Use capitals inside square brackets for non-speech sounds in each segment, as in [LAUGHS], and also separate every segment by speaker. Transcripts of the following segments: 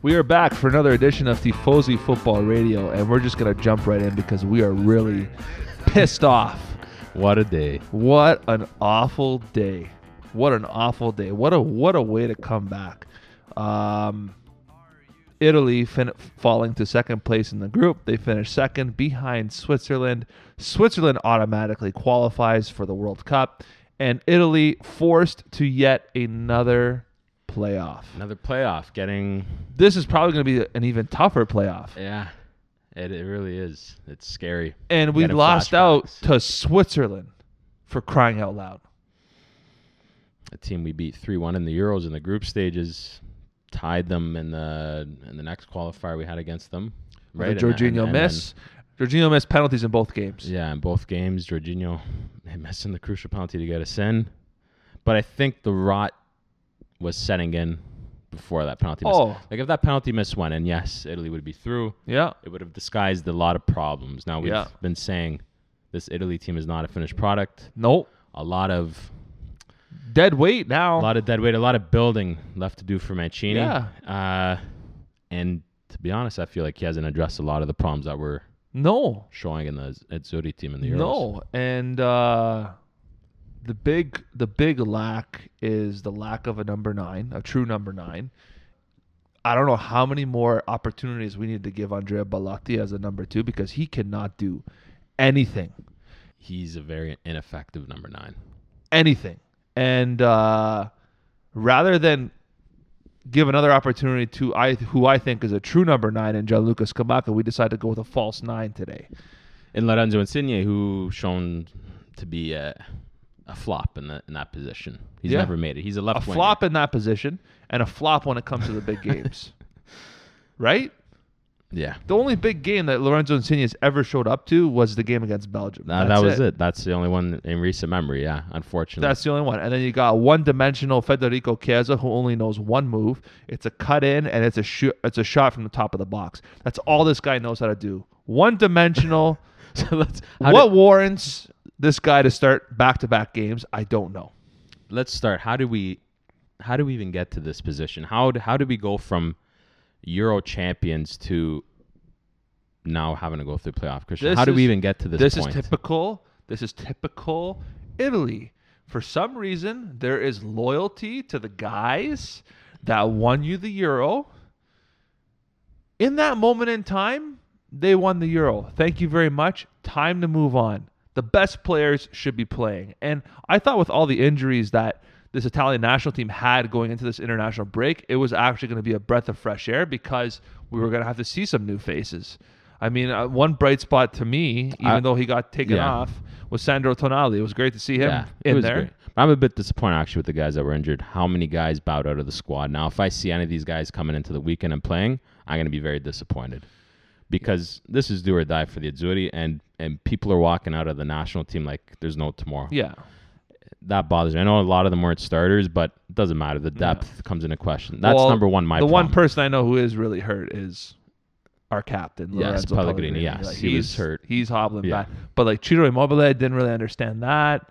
Speaker 1: We are back for another edition of Tifosi Football Radio, and we're just going to jump right in because we are really pissed off.
Speaker 2: What a day.
Speaker 1: What an awful day. What an awful day. What a what a way to come back. Um, Italy fin- falling to second place in the group. They finished second behind Switzerland. Switzerland automatically qualifies for the World Cup, and Italy forced to yet another playoff.
Speaker 2: Another playoff getting
Speaker 1: This is probably going to be an even tougher playoff.
Speaker 2: yeah. It, it really is. It's scary.
Speaker 1: and we
Speaker 2: Getting
Speaker 1: lost out
Speaker 2: flashbacks.
Speaker 1: to Switzerland for crying out loud.
Speaker 2: a team we beat 3-1 in the Euros in the group stages, tied them in the in the next qualifier we had against them.
Speaker 1: Right,
Speaker 2: And then-
Speaker 1: Jorginho
Speaker 2: and then-
Speaker 1: miss. Jorginho missed penalties in both games.
Speaker 2: Yeah, in both games, Jorginho [LAUGHS] missing the crucial penalty to get us in. But I think the rot was setting in before that penalty miss.
Speaker 1: Oh.
Speaker 2: Like if that penalty miss went in, yes, Italy would be through.
Speaker 1: Yeah.
Speaker 2: It would have disguised a lot of problems. Now we've
Speaker 1: Yeah.
Speaker 2: been saying this Italy team is not a finished product.
Speaker 1: Nope.
Speaker 2: A lot of
Speaker 1: Dead weight
Speaker 2: a
Speaker 1: now.
Speaker 2: lot of dead weight, a lot of building left to do for Mancini.
Speaker 1: Yeah.
Speaker 2: Uh, and to be honest, I feel like he hasn't addressed a lot of the problems that were
Speaker 1: no.
Speaker 2: showing in the Azzurri team in the Euros.
Speaker 1: No. And uh, the big the big lack is the lack of a number nine, a true number nine. I don't know how many more opportunities we need to give Andrea Balatti as a number two because he cannot do anything.
Speaker 2: he's a very ineffective number nine.
Speaker 1: anything. And uh, rather than give another opportunity to I, who I think is a true number nine in Gianluca Scamacca, we decide to go with a false nine today.
Speaker 2: And Lorenzo Insigne, who shown to be a, a flop in, the, in that position, he's
Speaker 1: Yeah.
Speaker 2: never made it. He's a
Speaker 1: A
Speaker 2: left winger.
Speaker 1: flop in that position and a flop when it comes to the big
Speaker 2: [LAUGHS]
Speaker 1: games. Right?
Speaker 2: Yeah,
Speaker 1: The only big game that Lorenzo Insigne has ever showed up to was the game against Belgium.
Speaker 2: that, that
Speaker 1: That's
Speaker 2: was it. That's the only one in recent memory. Yeah, unfortunately.
Speaker 1: That's the only one. And then you got one dimensional Federico Chiesa who only knows one move. It's a cut in and it's a shoot it's a shot from the top of the box. That's all this guy knows how to do. One dimensional.
Speaker 2: so let's [LAUGHS] how
Speaker 1: what
Speaker 2: did-
Speaker 1: warrants this guy to start back to back games? I don't know.
Speaker 2: let's start. How do we how do we even get to this position? How do, how do we go from Euro champions to now having to go through playoff? Christian,
Speaker 1: This
Speaker 2: how do we
Speaker 1: is-
Speaker 2: even get to this?
Speaker 1: This,
Speaker 2: point?
Speaker 1: is typical. This is typical Italy. For some reason, there is loyalty to the guys that won you the Euro. In that moment in time, they won the Euro. Thank you very much. Time to move on. The best players should be playing. And I thought with all the injuries that this Italian national team had going into this international break, it was actually going to be a breath of fresh air because we were going to have to see some new faces. I mean, uh, one bright spot to me, even
Speaker 2: I-
Speaker 1: though he got taken
Speaker 2: Yeah.
Speaker 1: off, was Sandro Tonali. It was great to see him
Speaker 2: yeah, it
Speaker 1: in
Speaker 2: was
Speaker 1: there.
Speaker 2: great. But I'm a bit disappointed actually with the guys that were injured. How many guys bowed out of the squad? Now, if I see any of these guys coming into the weekend and playing, I'm going to be very disappointed because this is do or die for the Azzurri, and and people are walking out of the national team like there's no tomorrow.
Speaker 1: Yeah.
Speaker 2: That bothers me. I know a lot of them weren't starters, but it doesn't matter. The depth comes into question. That's
Speaker 1: Well,
Speaker 2: number one. My
Speaker 1: the one
Speaker 2: problem.
Speaker 1: person I know who is really hurt is our captain.
Speaker 2: Yes,
Speaker 1: Lorenzo
Speaker 2: Pellegrini, yes,
Speaker 1: Like,
Speaker 2: he was
Speaker 1: he's-
Speaker 2: hurt.
Speaker 1: He's hobbling
Speaker 2: Yeah.
Speaker 1: back. But like Ciro Immobile didn't really understand that.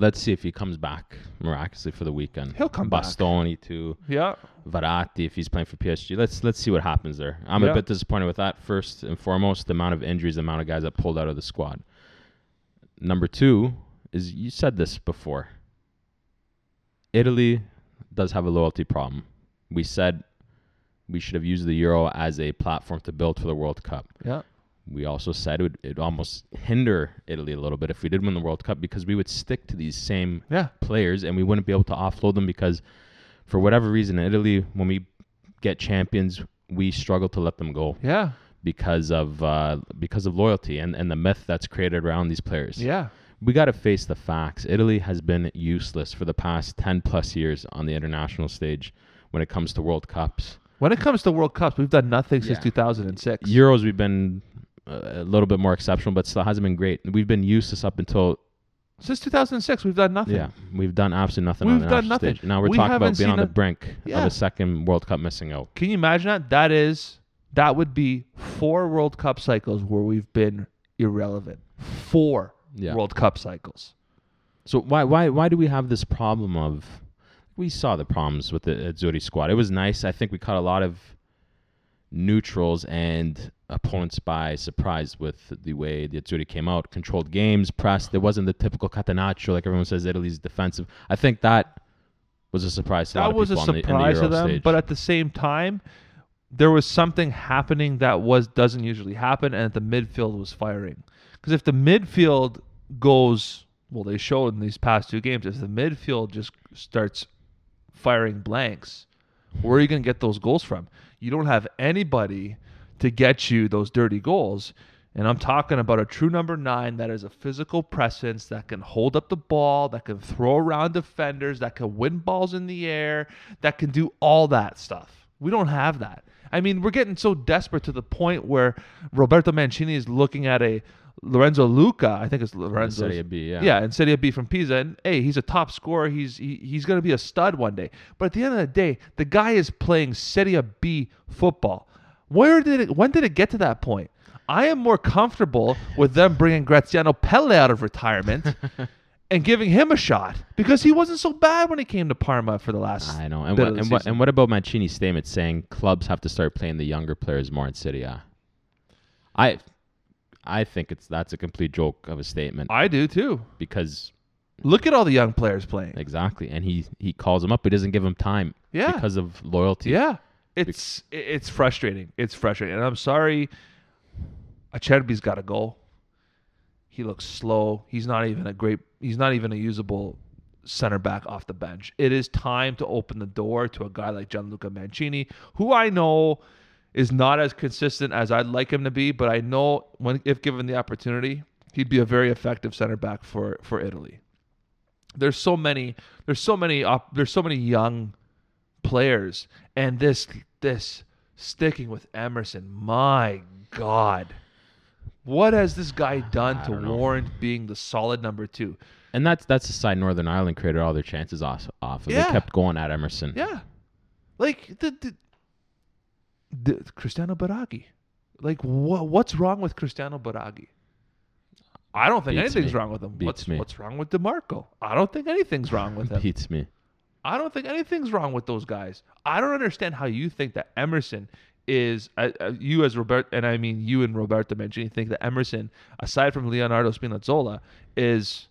Speaker 2: Let's see if he comes back miraculously for the weekend.
Speaker 1: He'll come back.
Speaker 2: Bastoni too.
Speaker 1: Yeah.
Speaker 2: Verratti if he's playing for PSG. Let's let's see what happens there. I'm
Speaker 1: Yeah.
Speaker 2: a bit disappointed with that. First and foremost, the amount of injuries, the amount of guys that pulled out of the squad. Number two is you said this before. Italy does have a loyalty problem. We said we should have used the Euro as a platform to build for the World Cup.
Speaker 1: Yeah.
Speaker 2: We also said it would it almost hinder Italy a little bit if we did win the World Cup because we would stick to these same
Speaker 1: Yeah.
Speaker 2: players and we wouldn't be able to offload them because for whatever reason in Italy when we get champions we struggle to let them go
Speaker 1: Yeah.
Speaker 2: because of uh, because of loyalty and, and the myth that's created around these players.
Speaker 1: Yeah.
Speaker 2: We got to face the facts. Italy has been useless for the past 10 plus years on the international stage when it comes to World Cups.
Speaker 1: When it comes to World Cups, we've done nothing since
Speaker 2: Yeah.
Speaker 1: 2006.
Speaker 2: Euros we've been uh, a little bit more exceptional but still hasn't been great. We've been useless up until
Speaker 1: since 2006, we've done nothing.
Speaker 2: Yeah, we've done absolutely nothing.
Speaker 1: We've
Speaker 2: on the
Speaker 1: done
Speaker 2: national
Speaker 1: nothing.
Speaker 2: Stage. Now we're
Speaker 1: We
Speaker 2: talking
Speaker 1: haven't
Speaker 2: about being
Speaker 1: seen
Speaker 2: on the
Speaker 1: a-
Speaker 2: brink
Speaker 1: Yeah.
Speaker 2: of a second World Cup missing out.
Speaker 1: Can you imagine that? That is that would be four World Cup cycles where we've been irrelevant. Four
Speaker 2: Yeah.
Speaker 1: World Cup cycles.
Speaker 2: So why why why do we have this problem of? We saw the problems with the Azzurri squad. It was nice. I think we caught a lot of neutrals and opponents by surprise with the way the Azzurri came out. Controlled games, pressed. There wasn't the typical Catenaccio, like everyone says Italy's defensive. I think that was a surprise to a lot
Speaker 1: that
Speaker 2: of
Speaker 1: was a
Speaker 2: people on the- in the
Speaker 1: surprise to
Speaker 2: Euro
Speaker 1: them,
Speaker 2: stage.
Speaker 1: but at the same time, there was something happening that was doesn't usually happen, and the midfield was firing. Because if the midfield goes, well, they showed in these past two games, if the midfield just starts firing blanks, where are you going to get those goals from? You don't have anybody to get you those dirty goals. And I'm talking about a true number nine that is a physical presence that can hold up the ball, that can throw around defenders, that can win balls in the air, that can do all that stuff. We don't have that. I mean, we're getting so desperate to the point where Roberto Mancini is looking at a Lorenzo Luca. I think it's Lorenzo.
Speaker 2: Serie B, yeah.
Speaker 1: Yeah, and Serie B from Pisa. And hey, he's a top scorer. He's he, he's going to be a stud one day. But at the end of the day, the guy is playing Serie B football. Where did it? When did it get to that point? I am more comfortable with them bringing Graziano Pelle out of
Speaker 2: [LAUGHS]
Speaker 1: retirement and giving him a shot because he wasn't so bad when he came to Parma for the last.
Speaker 2: I know. And
Speaker 1: bit
Speaker 2: what,
Speaker 1: of the
Speaker 2: and, what,
Speaker 1: season.
Speaker 2: and what about Mancini's statement saying clubs have to start playing the younger players more in Serie A? I, I think it's that's a complete joke of a statement
Speaker 1: I do too.
Speaker 2: because
Speaker 1: Look at all the young players playing.
Speaker 2: exactly, and he he calls him up, but he doesn't give him time
Speaker 1: Yeah.
Speaker 2: because of loyalty.
Speaker 1: Yeah, it's i- it's frustrating. It's frustrating, and I'm sorry. Acerbi's got to go. He looks slow. He's not even a great. He's not even a usable center back off the bench. It is time to open the door to a guy like Gianluca Mancini, who I know is not as consistent as I'd like him to be, but I know when if given the opportunity, he'd be a very effective center back for for Italy. There's so many. There's so many. Op, there's so many young players and this this sticking with Emerson. My God, what has this guy done
Speaker 2: I
Speaker 1: to
Speaker 2: don't know.
Speaker 1: warrant being the solid number two?
Speaker 2: And that's that's the side Northern Ireland created all their chances off off of.
Speaker 1: Yeah.
Speaker 2: They kept going at Emerson.
Speaker 1: Yeah, like the the, the Cristiano Baraghi. Like what what's wrong with Cristiano Baraghi? I don't think
Speaker 2: Beats
Speaker 1: anything's
Speaker 2: me.
Speaker 1: wrong with him.
Speaker 2: Beats
Speaker 1: what's
Speaker 2: me.
Speaker 1: what's wrong with DeMarco? I don't think anything's wrong with him.
Speaker 2: beats me.
Speaker 1: I don't think anything's wrong with those guys. I don't understand how you think that Emerson is uh, uh, you as Robert and I mean you and Roberto Mancini think that Emerson, aside from Leonardo Spinazzola, is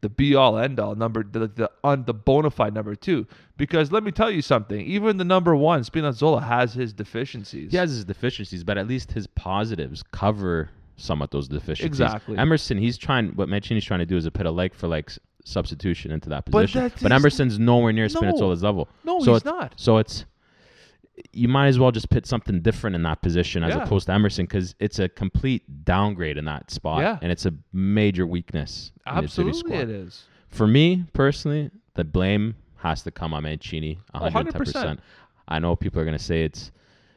Speaker 1: the be all end all number the the on the bona fide number two. Because let me tell you something, even the number one Spinazzola has his deficiencies.
Speaker 2: He has his deficiencies, but at least his positives cover somewhat those deficiencies.
Speaker 1: Exactly.
Speaker 2: Emerson, he's trying. What Mancini's trying to do is a pit a leg for like s- substitution into that
Speaker 1: But
Speaker 2: position. But,
Speaker 1: that is-
Speaker 2: Emerson's nowhere near
Speaker 1: No.
Speaker 2: Spinazzola's level.
Speaker 1: No,
Speaker 2: so
Speaker 1: he's
Speaker 2: it's,
Speaker 1: not.
Speaker 2: So it's you might as well just pit something different in that position as
Speaker 1: Yeah.
Speaker 2: opposed to Emerson because it's a complete downgrade in that spot.
Speaker 1: Yeah.
Speaker 2: And it's a major weakness. in the Azzurri
Speaker 1: Absolutely
Speaker 2: squad.
Speaker 1: it is.
Speaker 2: For me personally, the blame has to come on Mancini,
Speaker 1: Oh,
Speaker 2: 110 percent. I know people are gonna say it's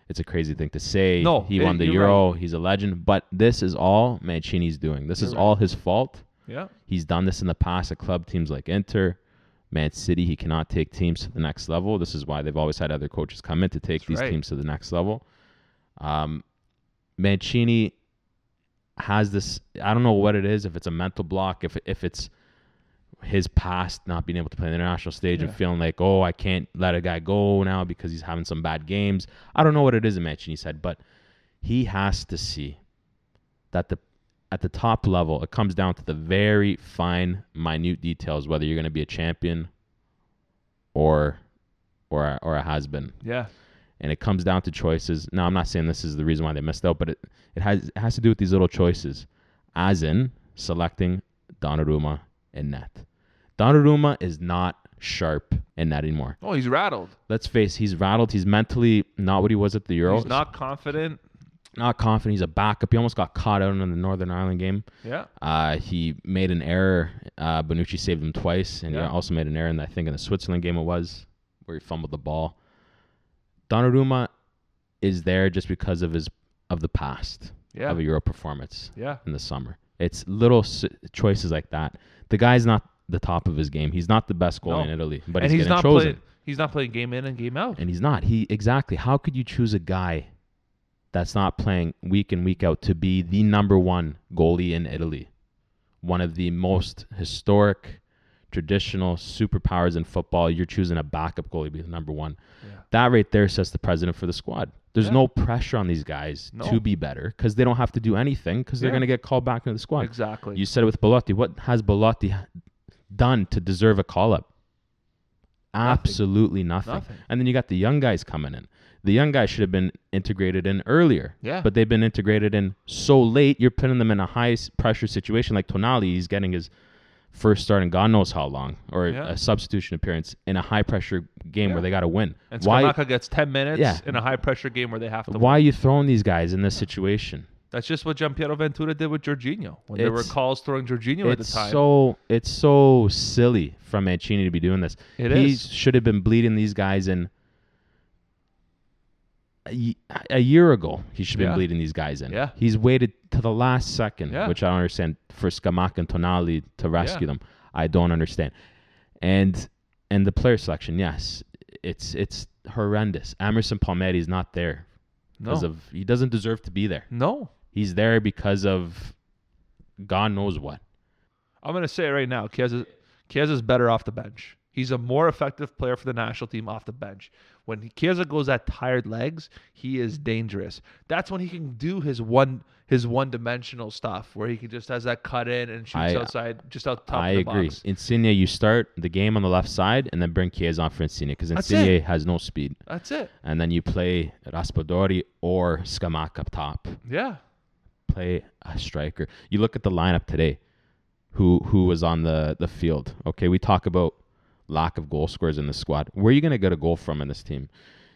Speaker 2: it's a crazy thing to say.
Speaker 1: No,
Speaker 2: he
Speaker 1: it-
Speaker 2: won the
Speaker 1: you're
Speaker 2: Euro. He's a legend, but this is all Mancini's doing. This is
Speaker 1: You're right.
Speaker 2: all his fault.
Speaker 1: Yeah.
Speaker 2: He's done this in the past at club teams like Inter, Man City. He cannot take teams to the next level. This is why they've always had other coaches come in to take
Speaker 1: That's
Speaker 2: these
Speaker 1: right.
Speaker 2: teams to the next level. Um, Mancini has this. I don't know what it is. If it's a mental block, if if it's his past not being able to play on the international stage
Speaker 1: Yeah.
Speaker 2: and feeling like, oh, I can't let a guy go now because he's having some bad games. I don't know what it is in Mancini said, but he has to see that the at the top level, it comes down to the very fine, minute details whether you're going to be a champion or or a, or a has been,
Speaker 1: Yeah.
Speaker 2: and it comes down to choices. Now, I'm not saying this is the reason why they missed out, but it it has it has to do with these little choices, as in selecting Donnarumma and net. Donnarumma is not sharp in net anymore.
Speaker 1: Oh, he's rattled.
Speaker 2: Let's face, he's rattled. He's mentally not what he was at the Euro.
Speaker 1: He's not confident.
Speaker 2: not confident. He's a backup. He almost got caught out in the Northern Ireland game.
Speaker 1: Yeah.
Speaker 2: Uh, he made an error. Uh, Bonucci saved him twice, and
Speaker 1: Yeah.
Speaker 2: he also made an error in I think in the Switzerland game it was where he fumbled the ball. Donnarumma is there just because of his of the past
Speaker 1: Yeah.
Speaker 2: of a Euro performance
Speaker 1: Yeah.
Speaker 2: in the summer. It's little s- choices like that. The guy's not the top of his game. He's not the best goalie
Speaker 1: No.
Speaker 2: in Italy, but
Speaker 1: and
Speaker 2: he's,
Speaker 1: he's
Speaker 2: getting
Speaker 1: not
Speaker 2: chosen.
Speaker 1: playing he's not playing game in and game out.
Speaker 2: And he's not. He exactly. How could you choose a guy that's not playing week in week out to be the number one goalie in Italy, one of the most historic traditional superpowers in football, you're choosing a backup goalie to be the number one.
Speaker 1: Yeah.
Speaker 2: That right there sets the president for the squad. There's
Speaker 1: Yeah.
Speaker 2: no pressure on these guys
Speaker 1: No.
Speaker 2: to be better because they don't have to do anything because they're
Speaker 1: Yeah.
Speaker 2: going to get called back into the squad.
Speaker 1: Exactly.
Speaker 2: You said it with Belotti. What has Belotti done to deserve a call up? Absolutely nothing.
Speaker 1: Nothing.
Speaker 2: And then you got the young guys coming in. The young guys should have been integrated in earlier.
Speaker 1: Yeah.
Speaker 2: But they've been integrated in so late, you're putting them in a high s- pressure situation like Tonali. He's getting his first start in God knows how long or
Speaker 1: Yeah.
Speaker 2: a substitution appearance in a high pressure game
Speaker 1: Yeah.
Speaker 2: where they got to win.
Speaker 1: and
Speaker 2: Why,
Speaker 1: Skamaka gets 10 minutes
Speaker 2: Yeah.
Speaker 1: in a high pressure game where they have to win.
Speaker 2: why are you throwing these guys in this situation?
Speaker 1: That's just what Giampiero Ventura did with Jorginho. When there were
Speaker 2: It's-
Speaker 1: calls throwing Jorginho at the
Speaker 2: it's
Speaker 1: time.
Speaker 2: so it's so silly from Mancini to be doing this.
Speaker 1: It
Speaker 2: he
Speaker 1: is.
Speaker 2: should have been bleeding these guys in a, ye- a year ago. He should have
Speaker 1: Yeah.
Speaker 2: been bleeding these guys in.
Speaker 1: Yeah.
Speaker 2: He's waited to the last second,
Speaker 1: Yeah.
Speaker 2: which I don't understand for Skamak and Tonali to rescue them. I don't understand. And and the player selection, yes, it's it's horrendous. Emerson Palmieri is not there
Speaker 1: no.
Speaker 2: because of he doesn't deserve to be there.
Speaker 1: no.
Speaker 2: He's there because of God knows what.
Speaker 1: I'm going to say it right now. Chiesa, Chiesa's better off the bench. He's a more effective player for the national team off the bench. When Chiesa goes at tired legs, he is dangerous. That's when he can do his one his one dimensional stuff where he can just has that cut in and shoots
Speaker 2: I-
Speaker 1: outside just out top
Speaker 2: I
Speaker 1: of the
Speaker 2: agree.
Speaker 1: box.
Speaker 2: Insignia, you start the game on the left side and then bring Chiesa on for Insignia because
Speaker 1: That's
Speaker 2: Insignia has no speed.
Speaker 1: That's it.
Speaker 2: And then you play Raspadori or Skamak up top.
Speaker 1: Yeah.
Speaker 2: Play a striker. You look at the lineup today. Who who was on the, the field? Okay, we talk about lack of goal scorers in the squad. Where are you going to get a goal from in this team?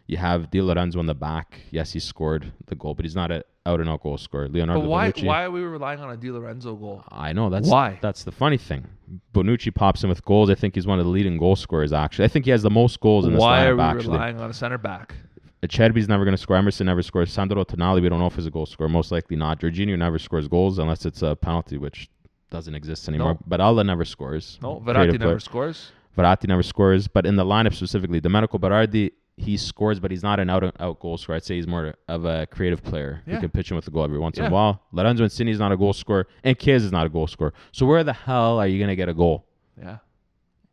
Speaker 2: You have Di Lorenzo in the back. Yes, he scored the goal, but he's not an out and out goal scorer. Leonardo
Speaker 1: But why
Speaker 2: Bonucci-
Speaker 1: why are we relying on a Di Lorenzo goal?
Speaker 2: I know that's
Speaker 1: Why?
Speaker 2: That's the funny thing. Bonucci pops in with goals. I think he's one of the leading goal scorers. Actually, I think he has the most goals in this
Speaker 1: Why are
Speaker 2: lineup.
Speaker 1: we
Speaker 2: Actually,
Speaker 1: relying on a center back?
Speaker 2: Acerbi's never going to score. Emerson never scores. Sandro Tonali, we don't know if he's a goal scorer. Most likely not. Jorginho never scores goals unless it's a penalty, which doesn't exist anymore.
Speaker 1: No.
Speaker 2: But Allah never scores.
Speaker 1: No,
Speaker 2: Creative
Speaker 1: Verratti
Speaker 2: player.
Speaker 1: never scores.
Speaker 2: Verratti never scores. But in the lineup specifically, Domenico Berardi, he scores, but he's not an out and out goal scorer. I'd say he's more of a creative player
Speaker 1: Yeah.
Speaker 2: who can pitch in with the goal every once in
Speaker 1: Yeah.
Speaker 2: a while. Lorenzo Insigne is not a goal scorer, and Kiz is not a goal scorer. So where the hell are you going to get a goal?
Speaker 1: Yeah.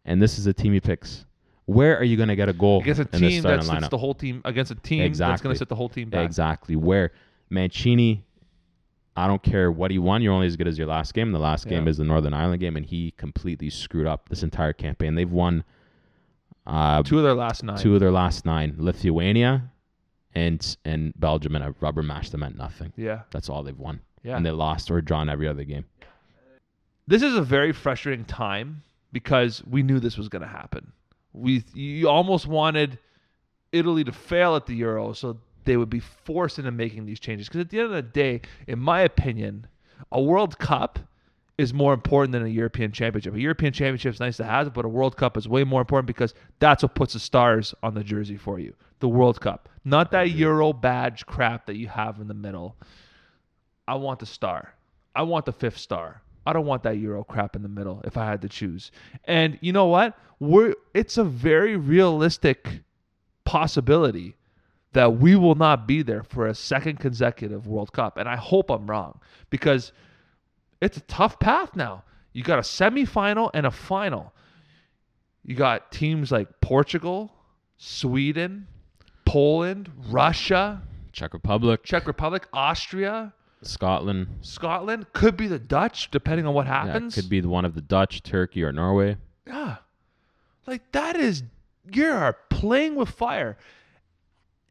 Speaker 2: And this is a team he picks. Where are you going to get a goal
Speaker 1: Against a
Speaker 2: in this
Speaker 1: team that
Speaker 2: starting
Speaker 1: sits
Speaker 2: lineup?
Speaker 1: the whole team against a team that's going
Speaker 2: Exactly.
Speaker 1: to sit the whole team back.
Speaker 2: Exactly. Where Mancini, I don't care what he won. You're only as good as your last game. And the last game
Speaker 1: Yeah.
Speaker 2: is the Northern Ireland game, and he completely screwed up this entire campaign. They've won uh,
Speaker 1: Two of their last nine.
Speaker 2: two of their last nine. Lithuania and and Belgium, and I rubber mashed them at nothing.
Speaker 1: Yeah.
Speaker 2: That's all they've won,
Speaker 1: Yeah.
Speaker 2: and they lost or drawn every other game.
Speaker 1: this is a very frustrating time because we knew this was going to happen. We you almost wanted Italy to fail at the Euro so they would be forced into making these changes because at the end of the day, in my opinion, a World Cup is more important than a European Championship. A European Championship is nice to have, but a World Cup is way more important because that's what puts the stars on the jersey for you. The World Cup, not that Euro badge crap that you have in the middle. I want the star. I want the fifth star. I don't want that Euro crap in the middle if I had to choose. And you know what? We're it's a very realistic possibility that we will not be there for a second consecutive World Cup. And I hope I'm wrong because it's a tough path now. You got a semifinal and a final. You got teams like Portugal, Sweden, Poland, Russia,
Speaker 2: Czech Republic,
Speaker 1: Czech Republic, Austria.
Speaker 2: Scotland,
Speaker 1: Scotland could be the Dutch, depending on what
Speaker 2: yeah, it
Speaker 1: happens.
Speaker 2: could be one of the Dutch, Turkey, or Norway.
Speaker 1: Yeah. Like that is you are playing with fire.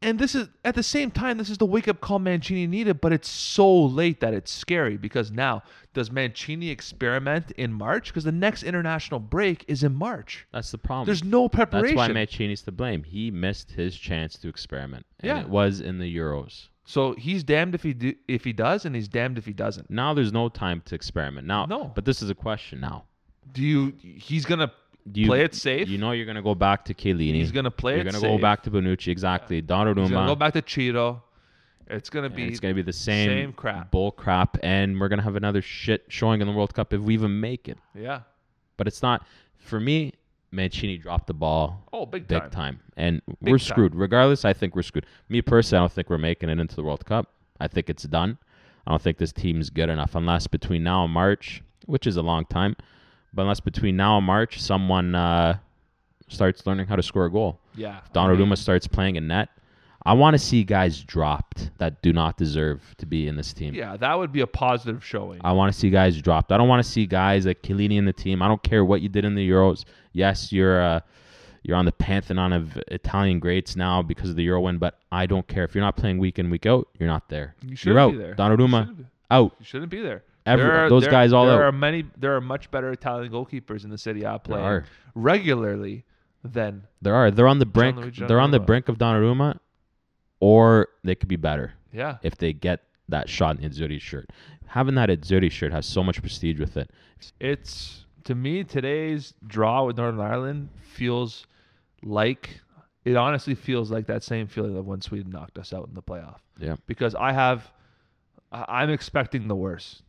Speaker 1: And this is at the same time, this is the wake up call Mancini needed, but it's so late that it's scary because now does Mancini experiment in March? Because the next international break is in March.
Speaker 2: That's the problem.
Speaker 1: There's no
Speaker 2: Um, That's
Speaker 1: preparation.
Speaker 2: why Mancini's to blame. He missed his chance to experiment. And
Speaker 1: Yeah.
Speaker 2: it was in the Euros.
Speaker 1: so he's damned if he do, if he does, and he's damned if he doesn't.
Speaker 2: Now there's no time to experiment. Now
Speaker 1: No.
Speaker 2: but this is a question now.
Speaker 1: Do you? He's gonna
Speaker 2: Do you
Speaker 1: play it safe.
Speaker 2: You know you're gonna go back to Chiellini.
Speaker 1: He's gonna play
Speaker 2: You're
Speaker 1: it
Speaker 2: gonna
Speaker 1: safe.
Speaker 2: go back to Bonucci, exactly. Donnarumma.
Speaker 1: he's gonna go back to Cheeto. It's gonna
Speaker 2: and
Speaker 1: be.
Speaker 2: it's gonna be the same,
Speaker 1: same crap.
Speaker 2: bull crap, and we're gonna have another shit showing in the World Cup if we even make it.
Speaker 1: yeah.
Speaker 2: But it's not for me. Mancini dropped the ball
Speaker 1: Oh, big,
Speaker 2: big
Speaker 1: time.
Speaker 2: time, and we're
Speaker 1: time.
Speaker 2: screwed. Regardless, I think we're screwed. Me personally, I don't think we're making it into the World Cup. I think it's done. I don't think this team's good enough unless between now and March, which is a long time, But unless between now and March, someone uh, starts learning how to score a goal,
Speaker 1: Yeah. Mm-hmm.
Speaker 2: Donnarumma starts playing in net. I want to see guys dropped that do not deserve to be Uh, in this team.
Speaker 1: Yeah, that would be a positive showing.
Speaker 2: I want to see guys dropped. I don't want to see guys like Chiellini in the team. I don't care what you did in the Euros. Yes, you're uh, you're on the pantheon of Italian greats now because of the Euro win, but I don't care if you're not playing week in week out. You're not there.
Speaker 1: You
Speaker 2: are
Speaker 1: shouldn't
Speaker 2: out.
Speaker 1: be there. You
Speaker 2: Donnarumma
Speaker 1: shouldn't be-
Speaker 2: out.
Speaker 1: You shouldn't be there.
Speaker 2: Every-
Speaker 1: there
Speaker 2: those
Speaker 1: there-
Speaker 2: guys all
Speaker 1: there
Speaker 2: out.
Speaker 1: are many. There are much better Italian goalkeepers in the city I play
Speaker 2: are.
Speaker 1: regularly than
Speaker 2: There are. They're on the brink.
Speaker 1: Gianluigi
Speaker 2: they're on the
Speaker 1: Donnarumma.
Speaker 2: brink of Donnarumma, or they could be better
Speaker 1: yeah.
Speaker 2: if they get that shot in Izzuri's shirt. Having that Izzuri shirt has so much prestige with it.
Speaker 1: It's to me today's draw with Northern Ireland feels like it honestly feels like that same feeling of when Sweden knocked us out in the playoff
Speaker 2: Yeah,
Speaker 1: because I have I- I'm expecting the worst.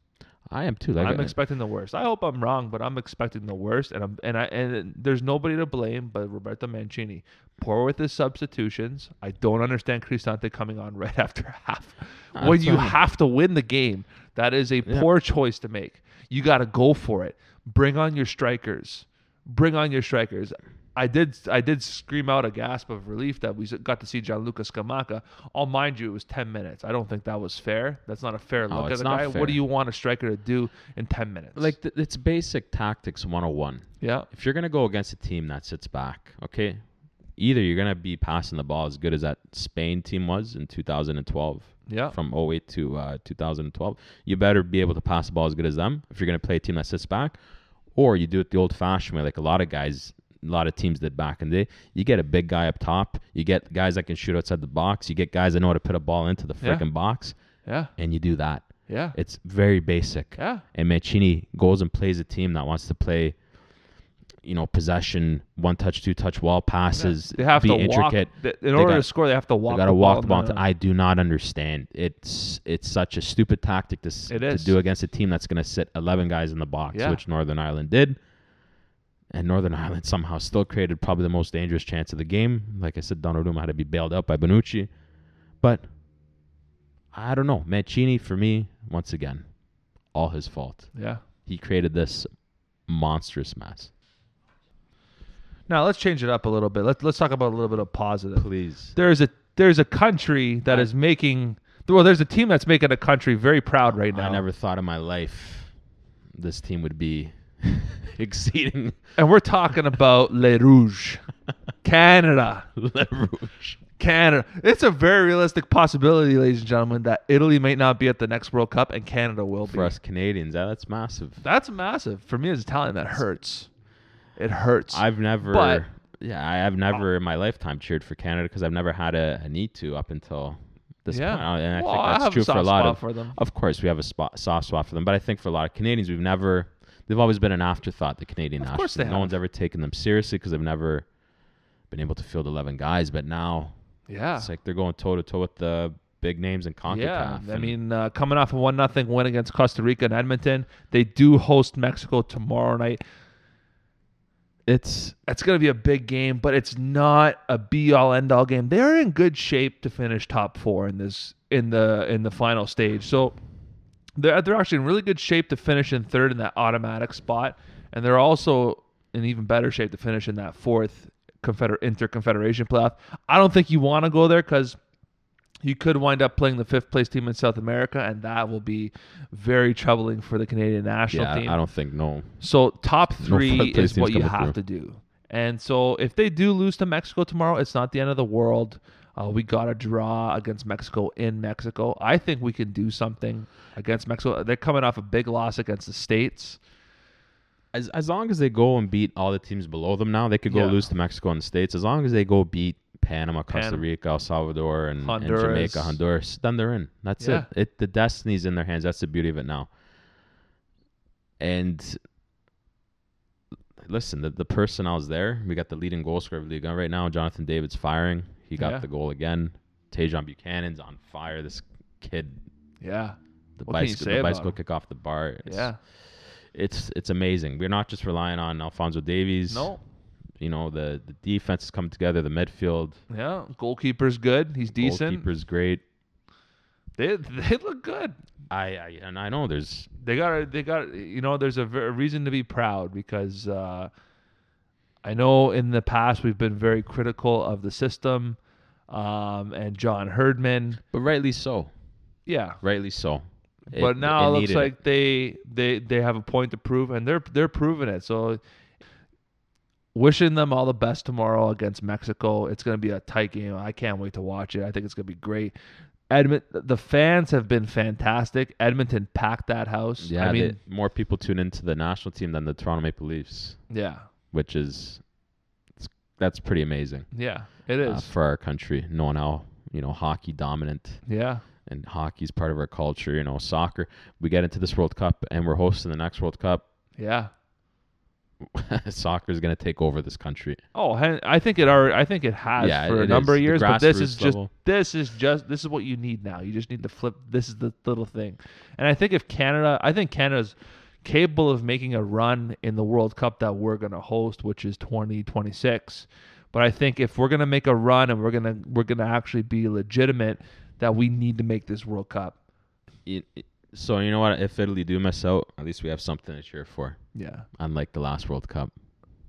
Speaker 2: I am too. Like, uh,
Speaker 1: I'm expecting the worst. I hope I'm wrong, but I'm expecting the worst, and I'm and I and there's nobody to blame but Roberto Mancini. Poor with his substitutions. I don't understand Cristante coming on right [LAUGHS] after half
Speaker 2: Uh, That's
Speaker 1: when you
Speaker 2: fine.
Speaker 1: have to win the game. That is a
Speaker 2: Yeah.
Speaker 1: poor choice to make. You got to go for it. Bring on your strikers. Bring on your strikers. I did. I did scream out a gasp of relief that we got to see Gianluca Scamacca. I'll mind you, it was ten minutes. I don't think that was fair. That's not a fair
Speaker 2: No,
Speaker 1: look at
Speaker 2: Oh, it's
Speaker 1: the
Speaker 2: not
Speaker 1: guy.
Speaker 2: fair.
Speaker 1: What do you want a striker to do in 10 minutes.
Speaker 2: like th- it's basic tactics 101.
Speaker 1: yeah,
Speaker 2: if you're gonna go against a team that sits back, okay, either you're gonna be passing the ball as good as that Spain team was in 2012,
Speaker 1: yeah,
Speaker 2: from 08 to uh, 2012, you better be able to pass the ball as good as them if you're gonna play a team that sits back, or you do it the old-fashioned way, like a lot of guys, a lot of teams did back in the day. You get a big guy up top, you get guys that can shoot outside the box, you get guys that know how to put a ball into the
Speaker 1: Yeah.
Speaker 2: freaking box,
Speaker 1: yeah,
Speaker 2: and you do that.
Speaker 1: yeah,
Speaker 2: It's very basic
Speaker 1: yeah,
Speaker 2: and Mancini goes and plays a team that wants to play, you know, possession, one touch, two touch, wall passes,
Speaker 1: They have
Speaker 2: be
Speaker 1: to
Speaker 2: intricate.
Speaker 1: walk. th- in order
Speaker 2: got-
Speaker 1: to score, they have to walk.
Speaker 2: You got to walk the ball.
Speaker 1: in
Speaker 2: into- I do not understand. It's it's such a stupid tactic to, s-
Speaker 1: It
Speaker 2: to
Speaker 1: is.
Speaker 2: do against a team that's going to sit 11 guys in the box,
Speaker 1: Yeah.
Speaker 2: which Northern Ireland did. And Northern [LAUGHS] Ireland somehow still created probably the most dangerous chance of the game. Like I said, Donnarumma had to be bailed out by Bonucci. But I don't know. Mancini, for me, once again, all his fault
Speaker 1: yeah.
Speaker 2: he created this monstrous mess.
Speaker 1: Now let's change it up a little bit. Let's let's talk about a little bit of positive.
Speaker 2: Please.
Speaker 1: There's a there's a country that is making well. There's a team that's making a country very proud right now.
Speaker 2: I never thought in my life this team would be [LAUGHS] exceeding
Speaker 1: and we're talking about Le Rouge, Canada.
Speaker 2: Le Rouge.
Speaker 1: Canada. It's a very realistic possibility, ladies and gentlemen, that Italy might not be at the next World Cup and Canada will be.
Speaker 2: [LAUGHS] For us Canadians, that- that's massive.
Speaker 1: That's massive. For me as Italian, that hurts. It hurts.
Speaker 2: I've never,
Speaker 1: But- uh,
Speaker 2: yeah, I- I've never in my lifetime cheered for Canada because I've never had a, a need to up until this
Speaker 1: Yeah.
Speaker 2: point. And I
Speaker 1: Well,
Speaker 2: think
Speaker 1: I
Speaker 2: that's
Speaker 1: have a
Speaker 2: true for a
Speaker 1: soft
Speaker 2: lot
Speaker 1: spot
Speaker 2: of.
Speaker 1: for them.
Speaker 2: Of course, we have a spot, soft spot for them, but I think for a lot of Canadians, we've never. They've always been an afterthought. The Canadian
Speaker 1: Of course
Speaker 2: national team.
Speaker 1: they
Speaker 2: No
Speaker 1: have.
Speaker 2: one's ever taken them seriously because they've never been able to field eleven guys. But now
Speaker 1: yeah.
Speaker 2: It's like they're going toe to toe with the big names in CONCACAF.
Speaker 1: Yeah, I
Speaker 2: and
Speaker 1: mean, uh, coming off a one nothing win against Costa Rica and Edmonton, they do host Mexico tomorrow night.
Speaker 2: it's
Speaker 1: It's going to be a big game, but it's not a be all end all game. They're in good shape to finish top four in this in the in the final stage. So they're they're actually in really good shape to finish in third in that automatic spot, and they're also in even better shape to finish in that fourth confeder inter confederation playoff. I don't think you want to go there because you could wind up playing the fifth place team in South America, and that will be very troubling for the Canadian national
Speaker 2: yeah,
Speaker 1: team.
Speaker 2: I don't think no.
Speaker 1: So top
Speaker 2: fourth
Speaker 1: three
Speaker 2: place
Speaker 1: is
Speaker 2: teams
Speaker 1: what you
Speaker 2: coming
Speaker 1: have to do. And so if they do lose to Mexico tomorrow, it's not the end of the world. Uh, we got to draw against Mexico in Mexico. I think we can do something against Mexico. They're coming off a big loss against the States.
Speaker 2: As as long as they go and beat all the teams below them now, they could go
Speaker 1: Yeah.
Speaker 2: lose to Mexico and the States. As long as they go beat Panama, Costa
Speaker 1: Panama.
Speaker 2: Rica, El Salvador, and, and
Speaker 1: Honduras.
Speaker 2: Jamaica, Honduras, then they're in. That's
Speaker 1: Yeah.
Speaker 2: it. It the destiny's in their hands. That's the beauty of it now. And listen, the, the personnel's there. We got the leading goal scorer of the league right now. Jonathan David's firing. He got
Speaker 1: Yeah.
Speaker 2: the goal again. Tejon Buchanan's on fire. This kid
Speaker 1: Yeah.
Speaker 2: the
Speaker 1: What can you
Speaker 2: bicycle,
Speaker 1: say
Speaker 2: the
Speaker 1: about
Speaker 2: bicycle
Speaker 1: him?
Speaker 2: kick off the bar. It's,
Speaker 1: Yeah.
Speaker 2: it's it's amazing. We're not just relying on Alfonso Davies.
Speaker 1: No.
Speaker 2: you know the the defense has come together. The midfield,
Speaker 1: Yeah. Goalkeeper's good. He's decent.
Speaker 2: goalkeeper's great.
Speaker 1: They they look good.
Speaker 2: I, I and I know there's
Speaker 1: They got they got you know there's a ver- reason to be proud because uh, I know in the past we've been very critical of the system um, and John Herdman.
Speaker 2: but rightly so.
Speaker 1: Yeah,
Speaker 2: Rightly so. It-
Speaker 1: but now it, looks
Speaker 2: needed
Speaker 1: like they they they have a point to prove and they're they're proving it so wishing them all the best tomorrow against mexico it's going to be a tight game i can't wait to watch it i think it's going to be great Edmont, the fans have been fantastic. Edmonton packed that house.
Speaker 2: Yeah,
Speaker 1: I
Speaker 2: they-
Speaker 1: mean,
Speaker 2: more people tune into the national team than the Toronto Maple Leafs,
Speaker 1: yeah,
Speaker 2: which is it's, that's pretty amazing
Speaker 1: yeah, it
Speaker 2: uh,
Speaker 1: is.
Speaker 2: for our country. Knowing how you know hockey dominant
Speaker 1: yeah,
Speaker 2: and hockey's part of our culture. You know, soccer. We get into this World Cup and we're hosting the next World Cup. [LAUGHS]
Speaker 1: yeah.
Speaker 2: soccer is going to take over this country.
Speaker 1: Oh, hen- I think it already. I think it has
Speaker 2: Yeah,
Speaker 1: for a
Speaker 2: it
Speaker 1: number
Speaker 2: is.
Speaker 1: of
Speaker 2: The
Speaker 1: years. But this is
Speaker 2: grassroots
Speaker 1: just
Speaker 2: level.
Speaker 1: this is just this is what you need now. You just need to flip. This is the little thing, and I think if Canada, I think Canada's capable of making a run in the World Cup that we're gonna host, which is twenty twenty six. But I think if we're gonna make a run and we're gonna we're gonna actually be legitimate, that we need to make this World Cup.
Speaker 2: It- it- So you know what? If Italy do miss out, at least we have something to cheer for.
Speaker 1: Yeah,
Speaker 2: Unlike the last World Cup,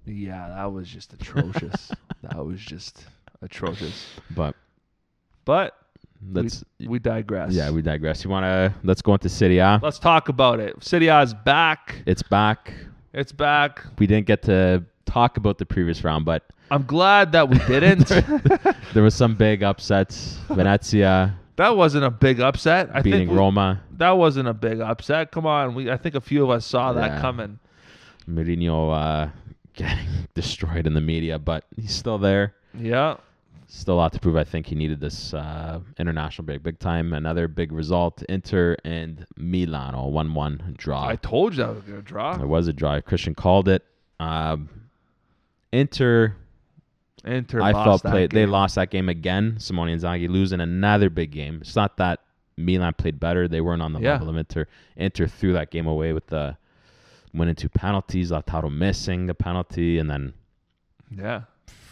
Speaker 1: yeah, that was just
Speaker 2: [LAUGHS]
Speaker 1: atrocious. that was just atrocious.
Speaker 2: but
Speaker 1: But
Speaker 2: let's
Speaker 1: we digress.
Speaker 2: yeah, we digress. You want to let's go into City A.
Speaker 1: Let's talk about it. City A's back.
Speaker 2: It's back.
Speaker 1: It's back.
Speaker 2: We didn't get to talk about the previous round, but
Speaker 1: I'm glad that we
Speaker 2: [LAUGHS]
Speaker 1: didn't.
Speaker 2: there was some
Speaker 1: [LAUGHS]
Speaker 2: big upsets. Venezia
Speaker 1: that wasn't a big upset. I
Speaker 2: beating
Speaker 1: think we-
Speaker 2: Roma.
Speaker 1: that wasn't a big upset. Come on, we I think a few of us saw that
Speaker 2: Yeah.
Speaker 1: coming.
Speaker 2: Mourinho uh, [LAUGHS] getting destroyed in the media, but he's still there.
Speaker 1: Yeah.
Speaker 2: Still a lot to prove. I think he needed this uh, international break big time. Another big result. Inter and Milan, all 1 1 draw.
Speaker 1: I told you that was gonna draw.
Speaker 2: it was a draw. Christian called it. Um, Inter,
Speaker 1: Inter
Speaker 2: I
Speaker 1: lost
Speaker 2: felt,
Speaker 1: that
Speaker 2: played. They
Speaker 1: game.
Speaker 2: lost that game again. Simone Inzaghi losing another big game. It's not that Milan played better. They weren't on the
Speaker 1: Yeah.
Speaker 2: level of Inter. Inter threw that game away with the winning two penalties. Lautaro missing the penalty, and then
Speaker 1: Yeah.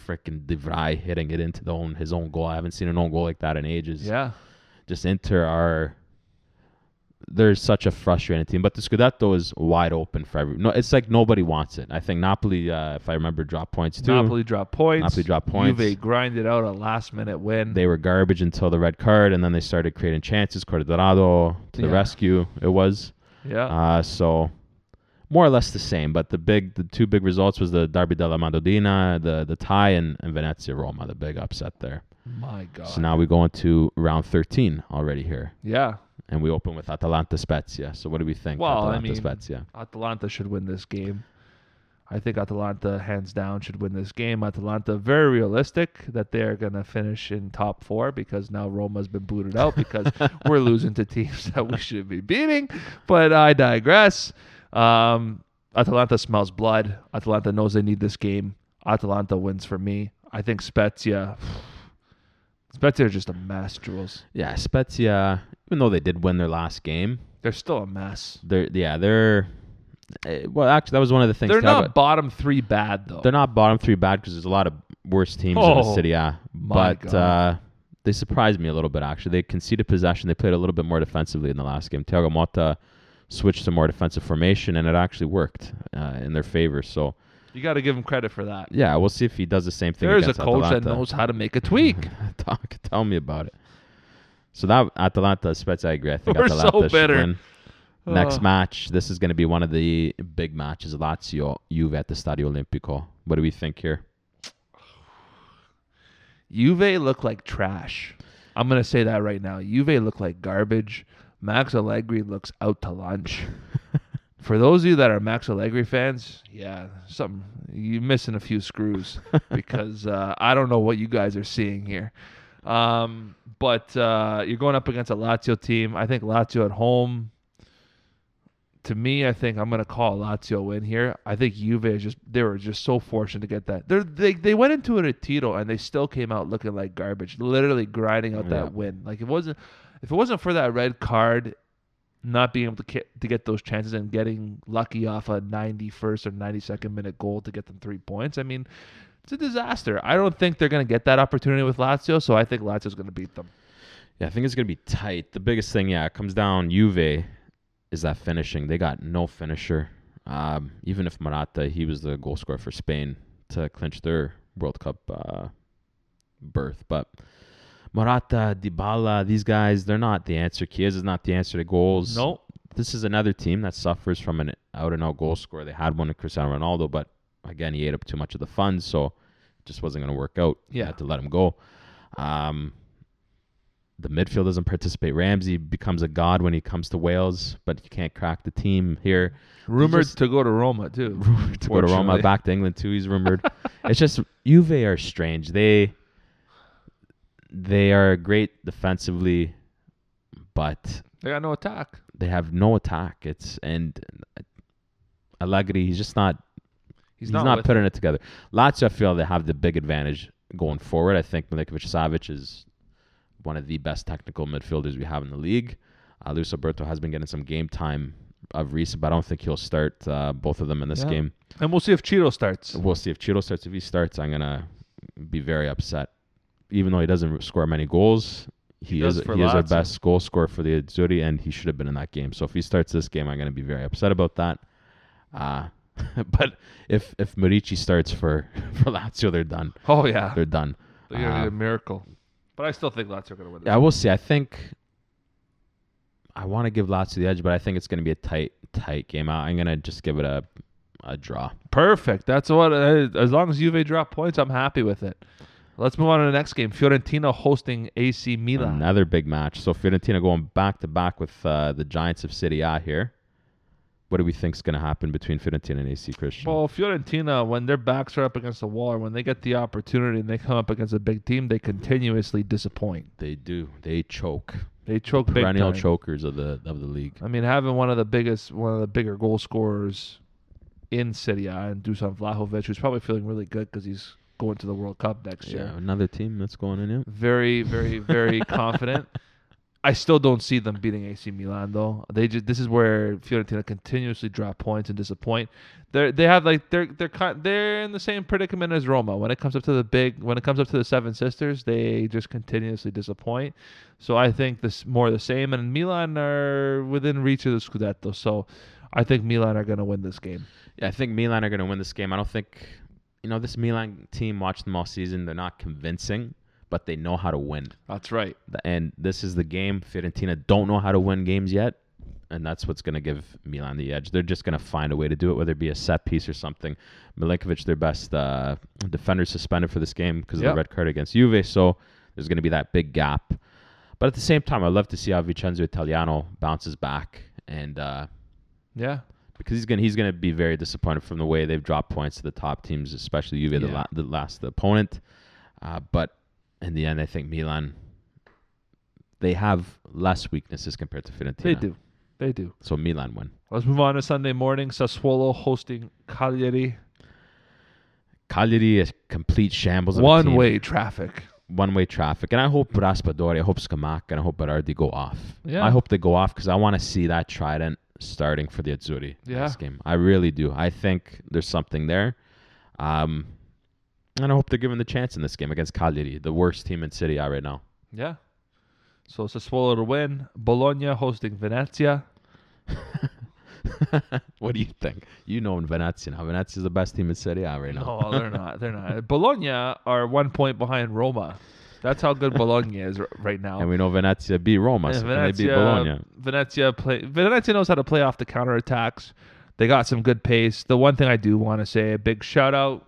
Speaker 2: freaking DeVry hitting it into the own, his own goal. I haven't seen an own goal like that in ages.
Speaker 1: Yeah.
Speaker 2: Just Inter are they're such a frustrating team, but the Scudetto is wide open for every. No, it's like nobody wants it. I think Napoli, uh, if I remember, dropped points too.
Speaker 1: Napoli dropped points.
Speaker 2: Napoli dropped points.
Speaker 1: Juve grinded out a last minute win.
Speaker 2: They were garbage until the red card, and then they started creating chances. Cordado to the
Speaker 1: Yeah.
Speaker 2: rescue. It was
Speaker 1: yeah.
Speaker 2: uh, so more or less the same. But the big, the two big results was the Derby della Madonnina, the the tie, and, and Venezia Roma, the big upset there.
Speaker 1: My God.
Speaker 2: So now we go into round 13 already here,
Speaker 1: yeah.
Speaker 2: and we open with Atalanta Spezia. So what do we think?
Speaker 1: Well, I
Speaker 2: Atalanta
Speaker 1: mean-
Speaker 2: Spezia.
Speaker 1: Atalanta should win this game. I think Atalanta, hands down, should win this game. Atalanta, very realistic that they're going to finish in top four because now Roma's been booted out
Speaker 2: [LAUGHS]
Speaker 1: because we're losing to teams that we should be beating. But I digress. Um, Atalanta smells blood. Atalanta knows they need this game. Atalanta wins for me. I think Spezia. [SIGHS] Spezia are just a mess, Jules.
Speaker 2: Yeah, Spezia. Even though they did win their last game,
Speaker 1: They're still a mess.
Speaker 2: they're yeah they're eh, well actually that was one of the things.
Speaker 1: They're
Speaker 2: to talk
Speaker 1: not
Speaker 2: about.
Speaker 1: bottom three bad, though.
Speaker 2: they're not bottom three bad because there's a lot of worse teams in the
Speaker 1: Oh,
Speaker 2: city. Yeah,
Speaker 1: my
Speaker 2: but
Speaker 1: God.
Speaker 2: uh, they surprised me a little bit actually. They conceded possession. They played a little bit more defensively in the last game. Thiago Motta switched to more defensive formation, and it actually worked uh, in their favor. So
Speaker 1: you got to give them credit for that.
Speaker 2: yeah, we'll see if he does the same thing.
Speaker 1: There's a
Speaker 2: against
Speaker 1: coach that
Speaker 2: Atalanta.
Speaker 1: knows how to make a tweak.
Speaker 2: [LAUGHS] Talk, tell me about it. So that Atalanta Spezia, I agree. I think
Speaker 1: We're so
Speaker 2: Atalanta should
Speaker 1: bitter.
Speaker 2: win. Next
Speaker 1: Oh.
Speaker 2: match, this is going to be one of the big matches. Lazio, Juve at the Stadio Olimpico. What do we think here?
Speaker 1: Juve look like trash. I'm gonna say that right now. Juve look like garbage. Max Allegri looks out to lunch. For those of you that are Max Allegri fans, yeah, something you're missing a few screws because uh, I don't know what you guys are seeing here. Um, but uh, you're going up against a Lazio team. I think Lazio at home. To me, I think I'm going to call Lazio win here. I think Juve is just they were just so fortunate to get that. They're, they they went into a Tito and they still came out looking like garbage, literally grinding out
Speaker 2: Yeah.
Speaker 1: that win. Like it wasn't if it wasn't for that red card, not being able to get, to get those chances and getting lucky off a 91st or 92nd minute goal to get them three points. I mean, it's a disaster. I don't think they're going to get that opportunity with Lazio, so I think Lazio's going to beat them.
Speaker 2: Yeah, I think it's gonna be tight. The biggest thing, yeah, it comes down Juve is that finishing. They got no finisher. Um, even if Morata, he was the goal scorer for Spain to clinch their World Cup uh, berth, but Morata, Dybala, these guys, they're not the answer. Chiesa is not the answer to goals.
Speaker 1: No,
Speaker 2: This is another team that suffers from an out and out goal scorer. They had one in Cristiano Ronaldo, but again, he ate up too much of the funds, so it just wasn't going to work out. You
Speaker 1: Yeah.
Speaker 2: had to let him go. Um, the midfield doesn't participate. Ramsey becomes a god when he comes to Wales, but he can't crack the team here. [LAUGHS]
Speaker 1: rumored
Speaker 2: just-
Speaker 1: to go to Roma too.
Speaker 2: to go to Roma,
Speaker 1: Unfortunately.
Speaker 2: back to England too. He's rumored. it's just Juve are strange. They they are great defensively, but
Speaker 1: They got no attack.
Speaker 2: they have no attack. It's and Allegri, he's just not
Speaker 1: He's,
Speaker 2: he's,
Speaker 1: not,
Speaker 2: not,
Speaker 1: with
Speaker 2: putting it together. Lazio, I feel they have the big advantage going forward. I think Milinkovic Savic is one of the best technical midfielders we have in the league. Uh, Luis Alberto has been getting some game time of recent, but I don't think he'll start uh, both of them in this
Speaker 1: Yeah.
Speaker 2: game.
Speaker 1: And we'll see if Cheeto starts.
Speaker 2: We'll see if Cheeto starts. If he starts, I'm gonna be very upset. Even though he doesn't score many goals, he,
Speaker 1: does
Speaker 2: is
Speaker 1: for
Speaker 2: he is our
Speaker 1: Lazio.
Speaker 2: best goal scorer for the Azzurri, and he should have been in that game. So if he starts this game, I'm gonna be very upset about that. Uh, [LAUGHS] but if if Marici starts for [LAUGHS] for Lazio, they're done.
Speaker 1: Oh yeah,
Speaker 2: They're done.
Speaker 1: they're gonna
Speaker 2: uh,
Speaker 1: need a miracle. But I still think Lazio are gonna win.
Speaker 2: Yeah, I will see. I think I want to give Lazio the edge, but I think it's gonna be a tight tight game. I, I'm gonna just give it a a draw.
Speaker 1: Perfect. That's what. Uh, as long as Juve drop points, I'm happy with it. Let's move on to the next game. Fiorentina hosting AC Milan.
Speaker 2: Another big match. So Fiorentina going back to back with uh, the Giants of City A here. What do we think's going to happen between Fiorentina and AC Christian?
Speaker 1: Well, Fiorentina, when their backs are up against the wall, or when they get the opportunity and they come up against a big team, they continuously disappoint.
Speaker 2: they do. They choke.
Speaker 1: They choke big
Speaker 2: Perennial
Speaker 1: time.
Speaker 2: chokers of the of the league.
Speaker 1: I mean, having one of the biggest, one of the bigger goal scorers in Serie A and Dusan Vlahovic, who's probably feeling really good because he's going to the World Cup next
Speaker 2: Yeah,
Speaker 1: year.
Speaker 2: another team that's going in. Yeah.
Speaker 1: Very, very, very [LAUGHS] confident. I still don't see them beating AC Milan though. They just this is where Fiorentina continuously drop points and disappoint. They they have like they're they're kind they're in the same predicament as Roma when it comes up to the big when it comes up to the Seven Sisters they just continuously disappoint. So I think this more of the same and Milan are within reach of the Scudetto. So I think Milan are going to win this game.
Speaker 2: Yeah, I think Milan are going to win this game. I don't think you know this Milan team. Watched them all season. They're not convincing, but they know how to win.
Speaker 1: That's right.
Speaker 2: The- And this is the game. Fiorentina don't know how to win games yet, and that's what's going to give Milan the edge. They're just going to find a way to do it, whether it be a set piece or something. Milinkovic, their best uh, defender, suspended for this game because of
Speaker 1: Yep.
Speaker 2: the red card against Juve. So there's going to be that big gap. But at the same time, I'd love to see how Vincenzo Italiano bounces back and. Uh,
Speaker 1: Yeah.
Speaker 2: because he's gonna he's gonna be very disappointed from the way they've dropped points to the top teams, especially Juve, the,
Speaker 1: Yeah.
Speaker 2: la- the last opponent. Uh, but in the end, I think Milan they have less weaknesses compared to Fiorentina.
Speaker 1: They do. They do.
Speaker 2: So Milan win.
Speaker 1: Let's move on to Sunday morning. Sassuolo hosting Cagliari.
Speaker 2: Cagliari is complete shambles. Of
Speaker 1: One way traffic.
Speaker 2: one way traffic, and I hope Raspadori, I hope Skamak, and I hope Berardi go off.
Speaker 1: Yeah.
Speaker 2: I hope they go off because I want to see that trident starting for the Azzurri
Speaker 1: Yeah.
Speaker 2: next game. I really do. I think there's something there. Um, and I hope they're given the chance in this game against Cagliari, the worst team in City A right now. [LAUGHS]
Speaker 1: Yeah. So Sassuolo to win. Bologna hosting Venezia.
Speaker 2: what do you think? You know in Venezia now. Venezia's the best team in City A right now.
Speaker 1: [LAUGHS] No, they're not. They're [LAUGHS] not. Bologna are one point behind Roma. That's how good Bologna is r- right now.
Speaker 2: And we know Venezia beat Roma, so
Speaker 1: And
Speaker 2: can they beat Bologna?
Speaker 1: Venezia play. Venezia knows how to play off the counterattacks. They got some good pace. The one thing I do want to say a big shout out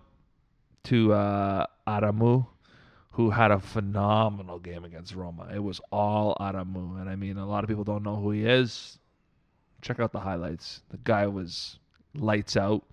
Speaker 1: to uh, Aramu, who had a phenomenal game against Roma. It was all Aramu, and I mean, a lot of people don't know who he is. Check out the highlights. The guy was lights out.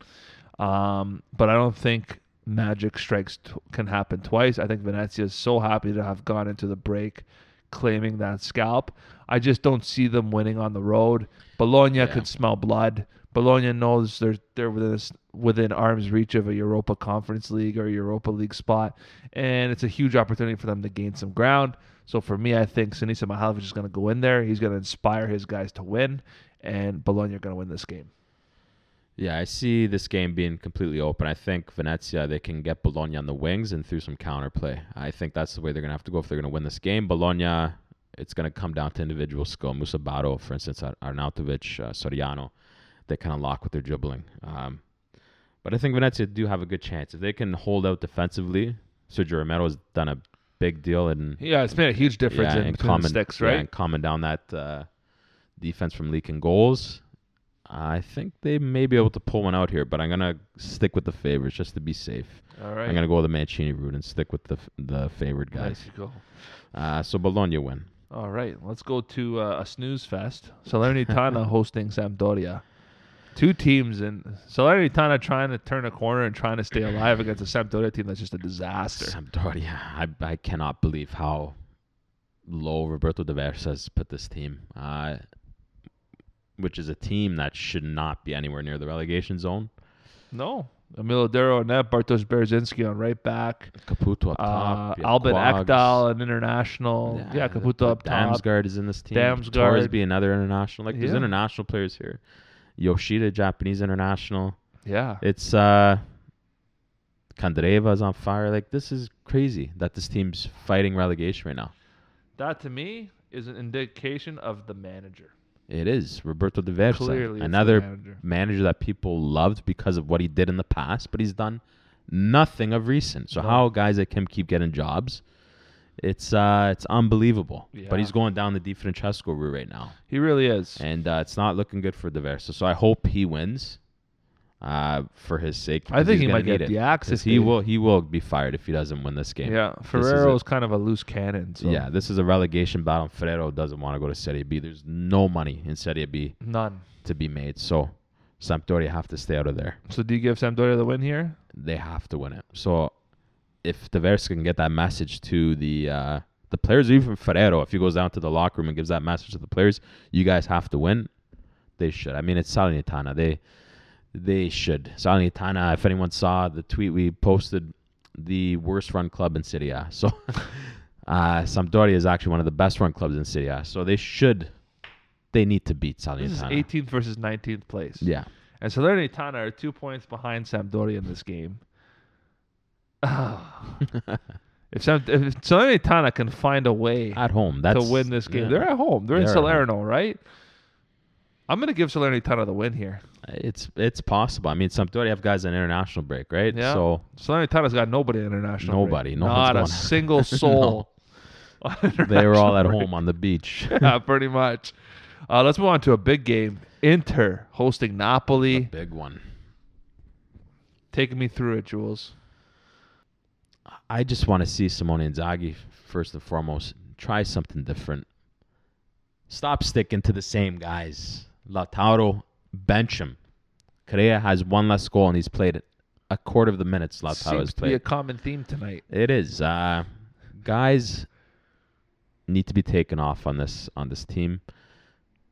Speaker 1: Um, but I don't think magic strikes t- can happen twice. I think Venezia is so happy to have gone into the break claiming that scalp. I just don't see them winning on the road. Bologna
Speaker 2: Yeah.
Speaker 1: could smell blood. Bologna knows they're they're within this, within arm's reach of a Europa Conference League or Europa League spot, and it's a huge opportunity for them to gain some ground. So for me, I think Sinisa Mihailovic is going to go in there. He's going to inspire his guys to win, and Bologna are going to win this game.
Speaker 2: Yeah, I see this game being completely open. I think Venezia they can get Bologna on the wings and through some counterplay. I think that's the way they're gonna have to go if they're gonna win this game. Bologna It's going to come down to individual skill. Musabato, for instance, Ar- Arnautovic, uh, Soriano, they kind of lock with their dribbling. Um, but I think Venezia do have a good chance if they can hold out defensively. Sergio Romero has done a big deal in
Speaker 1: Yeah, it's made a huge difference in
Speaker 2: and
Speaker 1: between the sticks,
Speaker 2: yeah,
Speaker 1: right?
Speaker 2: and calming down that uh, defense from leaking goals. I think they may be able to pull one out here, but I'm gonna stick with the favorites just to be safe.
Speaker 1: All right.
Speaker 2: I'm gonna go with the Mancini route and stick with the f- the favored guys.
Speaker 1: Nice goal.
Speaker 2: Uh, so Bologna win.
Speaker 1: All right, let's go to uh, a snooze fest.
Speaker 2: [LAUGHS]
Speaker 1: Salernitana hosting Sampdoria. Two teams in Salernitana trying to turn a corner and trying to stay alive against a Sampdoria team that's just a disaster.
Speaker 2: Sampdoria. I I cannot believe how low Roberto De Versa has put this team. Uh, which is a team that should not be anywhere near the relegation zone.
Speaker 1: No, Emilio Dero on net, Bartosz Berzinski on right back,
Speaker 2: Caputo up
Speaker 1: uh,
Speaker 2: top. you have
Speaker 1: Albin
Speaker 2: Quaggs.
Speaker 1: Ekdal an international. Yeah,
Speaker 2: the-
Speaker 1: Caputo up top.
Speaker 2: Damsgaard is in this team.
Speaker 1: Damsgaard.
Speaker 2: Torres be another international. Like there's
Speaker 1: Yeah.
Speaker 2: international players here. Yoshida, Japanese international.
Speaker 1: Yeah,
Speaker 2: It's uh Kandareva's on fire. Like this is crazy that this team's fighting relegation right now.
Speaker 1: that to me is an indication of the manager.
Speaker 2: It is Roberto De Versa,
Speaker 1: Clearly, it's the
Speaker 2: another
Speaker 1: manager.
Speaker 2: manager that people loved because of what he did in the past, but he's done nothing of recent. So
Speaker 1: No.
Speaker 2: how guys like him keep getting jobs? It's uh, it's unbelievable.
Speaker 1: Yeah.
Speaker 2: But he's going down the Di Francesco route right now.
Speaker 1: He really is.
Speaker 2: and uh, it's not looking good for Diversa. So I hope he wins, uh, for his sake.
Speaker 1: I
Speaker 2: because
Speaker 1: think
Speaker 2: he's
Speaker 1: he
Speaker 2: gonna
Speaker 1: might get
Speaker 2: need
Speaker 1: the
Speaker 2: it.
Speaker 1: axe
Speaker 2: 'Cause
Speaker 1: if
Speaker 2: He
Speaker 1: they-
Speaker 2: will. He will be fired if he doesn't win this game.
Speaker 1: Yeah,
Speaker 2: is
Speaker 1: Ferrero
Speaker 2: it.
Speaker 1: is kind of a loose cannon. So
Speaker 2: Yeah, this is a relegation battle. Ferrero doesn't want to go to Serie B. There's no money in Serie B
Speaker 1: none.
Speaker 2: to be made, so Sampdoria have to stay out of there.
Speaker 1: So do you give Sampdoria the win here?
Speaker 2: They have to win it. So if Tavares can get that message to the uh, the players, even Ferrero, if he goes down to the locker room and gives that message to the players, you guys have to win. They should. I mean, it's Salernitana. They they should. Salernitana. If anyone saw the tweet we posted, the worst run club in Serie A. So [LAUGHS] uh, Sampdoria is actually one of the best run clubs in Serie A. So they should. They need to beat Salernitana.
Speaker 1: This is 18th versus 19th place.
Speaker 2: Yeah.
Speaker 1: And Salernitana are two points behind Sampdoria in this
Speaker 2: [SIGHS]
Speaker 1: game. Ah. if, Sam, if Salernitana can find a way
Speaker 2: At home. Ah, That's
Speaker 1: to win this game,
Speaker 2: yeah.
Speaker 1: they're at home. They're, in
Speaker 2: They're at home.
Speaker 1: Salerno, right? I'm going to give Salernitana the win here.
Speaker 2: It's it's possible. I mean, Sampdoria have guys on international break, right?
Speaker 1: Yeah.
Speaker 2: So
Speaker 1: Salernitana's got nobody in international. break.
Speaker 2: Nobody. [LAUGHS] No one's
Speaker 1: Not a
Speaker 2: going-
Speaker 1: single soul.
Speaker 2: they
Speaker 1: [LAUGHS]
Speaker 2: were all at
Speaker 1: home.
Speaker 2: home on
Speaker 1: [LAUGHS]
Speaker 2: the beach.
Speaker 1: yeah, pretty much. Uh, let's move on to a big game. Inter hosting Napoli.
Speaker 2: Big one.
Speaker 1: Taking me through it, Jules.
Speaker 2: I just want to see Simone Inzaghi first and foremost try something different. Stop sticking to the same guys. Lautaro, bench him. Correa has one less goal and he's played a quarter of the minutes Lautaro
Speaker 1: Seems
Speaker 2: has
Speaker 1: to be
Speaker 2: played.
Speaker 1: a common theme tonight.
Speaker 2: It is. Uh, guys need to be taken off on this on this team.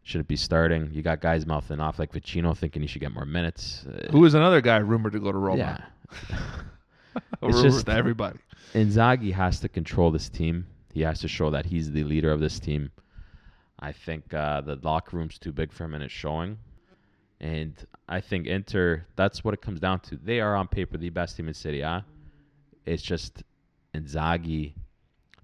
Speaker 2: Shouldn't be starting. You got guys mouthing off like Vicino, thinking he should get more minutes. Uh,
Speaker 1: Who is another guy rumored to go to Roma? [LAUGHS]
Speaker 2: yeah,
Speaker 1: Rumored
Speaker 2: It's just-
Speaker 1: to everybody.
Speaker 2: Inzaghi has to control this team. He has to show that he's the leader of this team. I think uh, the locker room's too big for him, and it's showing. And I think Inter, that's what it comes down to. They are on paper the best team in Serie A. It's just Inzaghi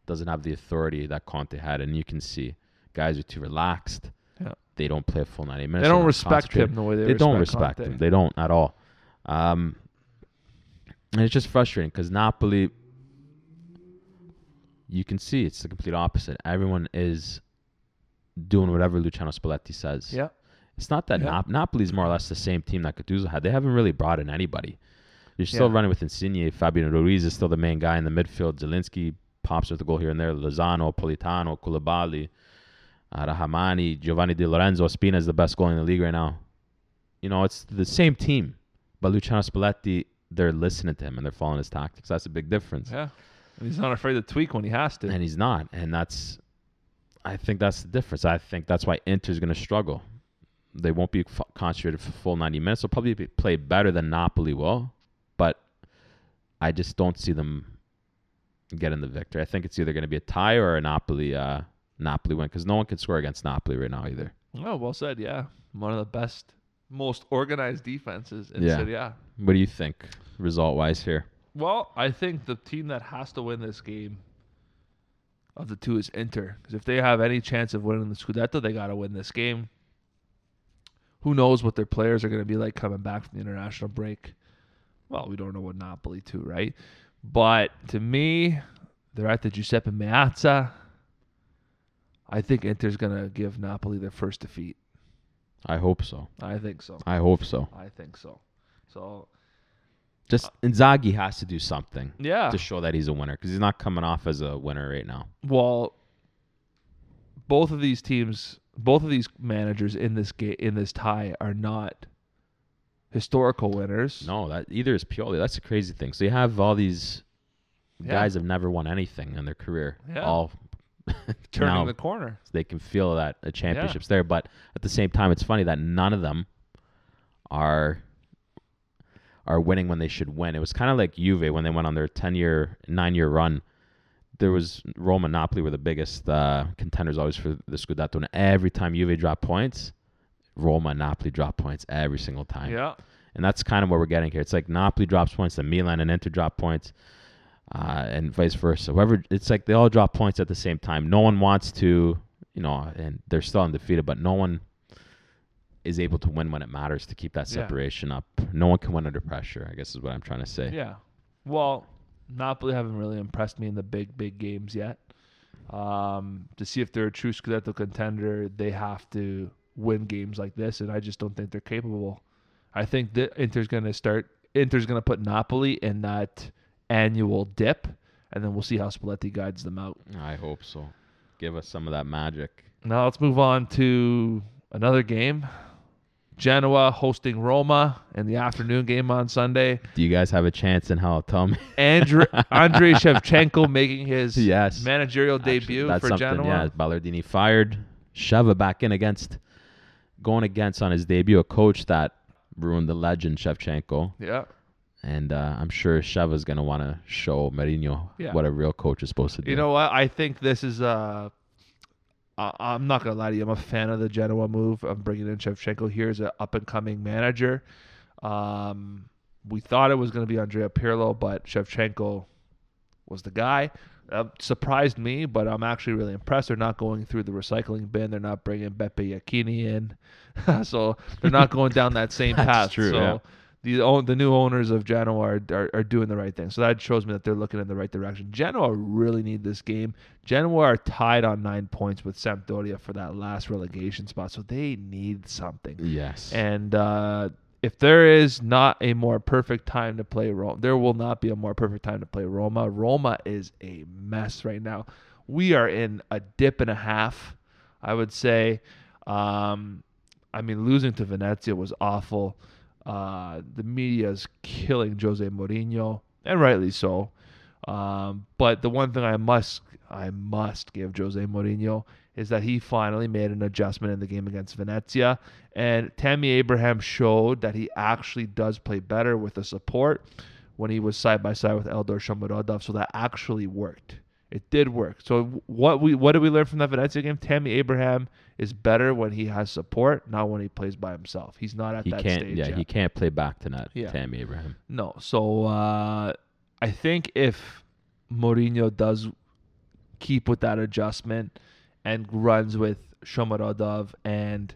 Speaker 2: doesn't have the authority that Conte had, and you can see guys are too relaxed.
Speaker 1: Yeah.
Speaker 2: They don't play a full 90 minutes.
Speaker 1: They don't
Speaker 2: not
Speaker 1: respect
Speaker 2: concentrated
Speaker 1: him the way they,
Speaker 2: they don't respect
Speaker 1: respect
Speaker 2: them.
Speaker 1: Conte.
Speaker 2: They don't at all. Um, and it's just frustrating because Napoli, you can see it's the complete opposite. Everyone is doing whatever Luciano Spalletti says.
Speaker 1: Yeah.
Speaker 2: It's not that
Speaker 1: Yeah.
Speaker 2: Nap- Napoli's more or less the same team that Gattuso had. They haven't really brought in anybody. You're still
Speaker 1: Yeah.
Speaker 2: running with Insigne. Fabian Ruiz is still the main guy in the midfield. Zielinski pops with a goal here and there. Lozano, Politano, Koulibaly, uh, Rahamani, Giovanni Di Lorenzo. Spina is the best goal in the league right now. You know, it's the same team. But Luciano Spalletti, they're listening to him and they're following his tactics. That's a big difference.
Speaker 1: Yeah. And he's not afraid to tweak when he has to.
Speaker 2: And he's not. And that's, I think that's the difference. I think that's why Inter's going to struggle. They won't be f- concentrated for full 90 minutes. They'll probably be, play better than Napoli will, but I just don't see them getting the victory. I think it's either going to be a tie or a Napoli, uh, Napoli win because no one can score against Napoli right now either.
Speaker 1: oh, well said. Yeah. One of the best, most organized defenses in
Speaker 2: Yeah.
Speaker 1: Serie A.
Speaker 2: What do you think result wise here?
Speaker 1: Well, I think the team that has to win this game of the two is Inter. Because if they have any chance of winning the Scudetto, they got to win this game. Who knows what their players are going to be like coming back from the international break? Well, we don't know what Napoli too, right? But to me, they're at the Giuseppe Meazza. I think Inter's going to give Napoli their first defeat.
Speaker 2: I hope so.
Speaker 1: I think so.
Speaker 2: I hope so.
Speaker 1: I think so. So
Speaker 2: Just Inzaghi has to do something
Speaker 1: yeah,
Speaker 2: to show that he's a winner because he's not coming off as a winner right now.
Speaker 1: well, both of these teams, both of these managers in this ga- in this tie are not historical winners.
Speaker 2: No, that either is Pioli. That's the crazy thing. So you have all these
Speaker 1: Yeah.
Speaker 2: guys have never won anything in their career.
Speaker 1: Yeah. [LAUGHS]
Speaker 2: All [LAUGHS]
Speaker 1: turning
Speaker 2: now
Speaker 1: the corner.
Speaker 2: they can feel that a championship's there, but at the same time, it's funny that none of them are are winning when they should win. It was kind of like Juve when they went on their ten year, nine year run. There was Roma, Napoli were the biggest uh, contenders always for the Scudetto, and every time Juve dropped points, Roma and Napoli dropped points every single time.
Speaker 1: Yeah,
Speaker 2: And that's kind of what we're getting here. It's like Napoli drops points, then Milan and Inter drop points, uh, and vice versa. Whoever, it's like they all drop points at the same time. No one wants to, you know, and they're still undefeated, but no one is able to win when it matters to keep that
Speaker 1: Yeah.
Speaker 2: separation up. No one can win under pressure, I guess is what I'm trying to say.
Speaker 1: yeah. Well, Napoli haven't really impressed me in the big big games yet. Um, to see if they're a true Scudetto contender, they have to win games like this, and I just don't think they're capable. I think that Inter's going to start. Inter's going to put Napoli in that annual dip, and then we'll see how Spalletti guides them out.
Speaker 2: I hope so. Give us some of that magic.
Speaker 1: Now let's move on to another game. Genoa hosting Roma in the afternoon game on Sunday.
Speaker 2: Do you guys have a chance in hell? Tell me.
Speaker 1: Andre
Speaker 2: [LAUGHS]
Speaker 1: Andrei Shevchenko making his
Speaker 2: Yes.
Speaker 1: managerial
Speaker 2: Actually,
Speaker 1: debut
Speaker 2: that's
Speaker 1: for
Speaker 2: something,
Speaker 1: Genoa.
Speaker 2: Yeah, Ballardini fired, shove it back in against, going against on his debut a coach that ruined the legend Shevchenko,
Speaker 1: Yeah.
Speaker 2: and uh, I'm sure Sheva's gonna want to show Mourinho
Speaker 1: Yeah.
Speaker 2: what a real coach is supposed to do.
Speaker 1: You know what? I think this is uh I, I'm not gonna lie to you. I'm a fan of the Genoa move. I'm bringing in Shevchenko here as an up and coming manager. Um, we thought it was gonna be Andrea Pirlo, but Shevchenko was the guy. Uh, surprised me, but I'm actually really impressed. They're not going through the recycling bin. They're not bringing Beppe Iacchini in, [LAUGHS] so they're not going down that same
Speaker 2: [LAUGHS] That's
Speaker 1: path.
Speaker 2: true,
Speaker 1: So
Speaker 2: yeah.
Speaker 1: the own, the new owners of Genoa are, are are doing the right thing. So that shows me that they're looking in the right direction. Genoa really need this game. Genoa are tied on nine points with Sampdoria for that last relegation spot, so they need something.
Speaker 2: Yes.
Speaker 1: And uh, if there is not a more perfect time to play Roma, there will not be a more perfect time to play Roma. Roma is a mess right now. We are in a dip and a half, I would say. Um, I mean, losing to Venezia was awful. Uh, the media is killing Jose Mourinho, and rightly so. Um, but the one thing I must I must give Jose Mourinho is that he finally made an adjustment in the game against Venezia, and Tammy Abraham showed that he actually does play better with the support when he was side by side with Eldor Shomurodov. So that actually worked. It did work. So what we what did we learn from that Venezia game? Tammy Abraham is better when he has support, not when he plays by himself. He's not at
Speaker 2: he
Speaker 1: that
Speaker 2: can't.
Speaker 1: stage.
Speaker 2: Yeah,
Speaker 1: yet.
Speaker 2: he can't play back to net.
Speaker 1: Yeah.
Speaker 2: Tammy Abraham.
Speaker 1: No. So uh, I think if Mourinho does keep with that adjustment and runs with Shomarodov and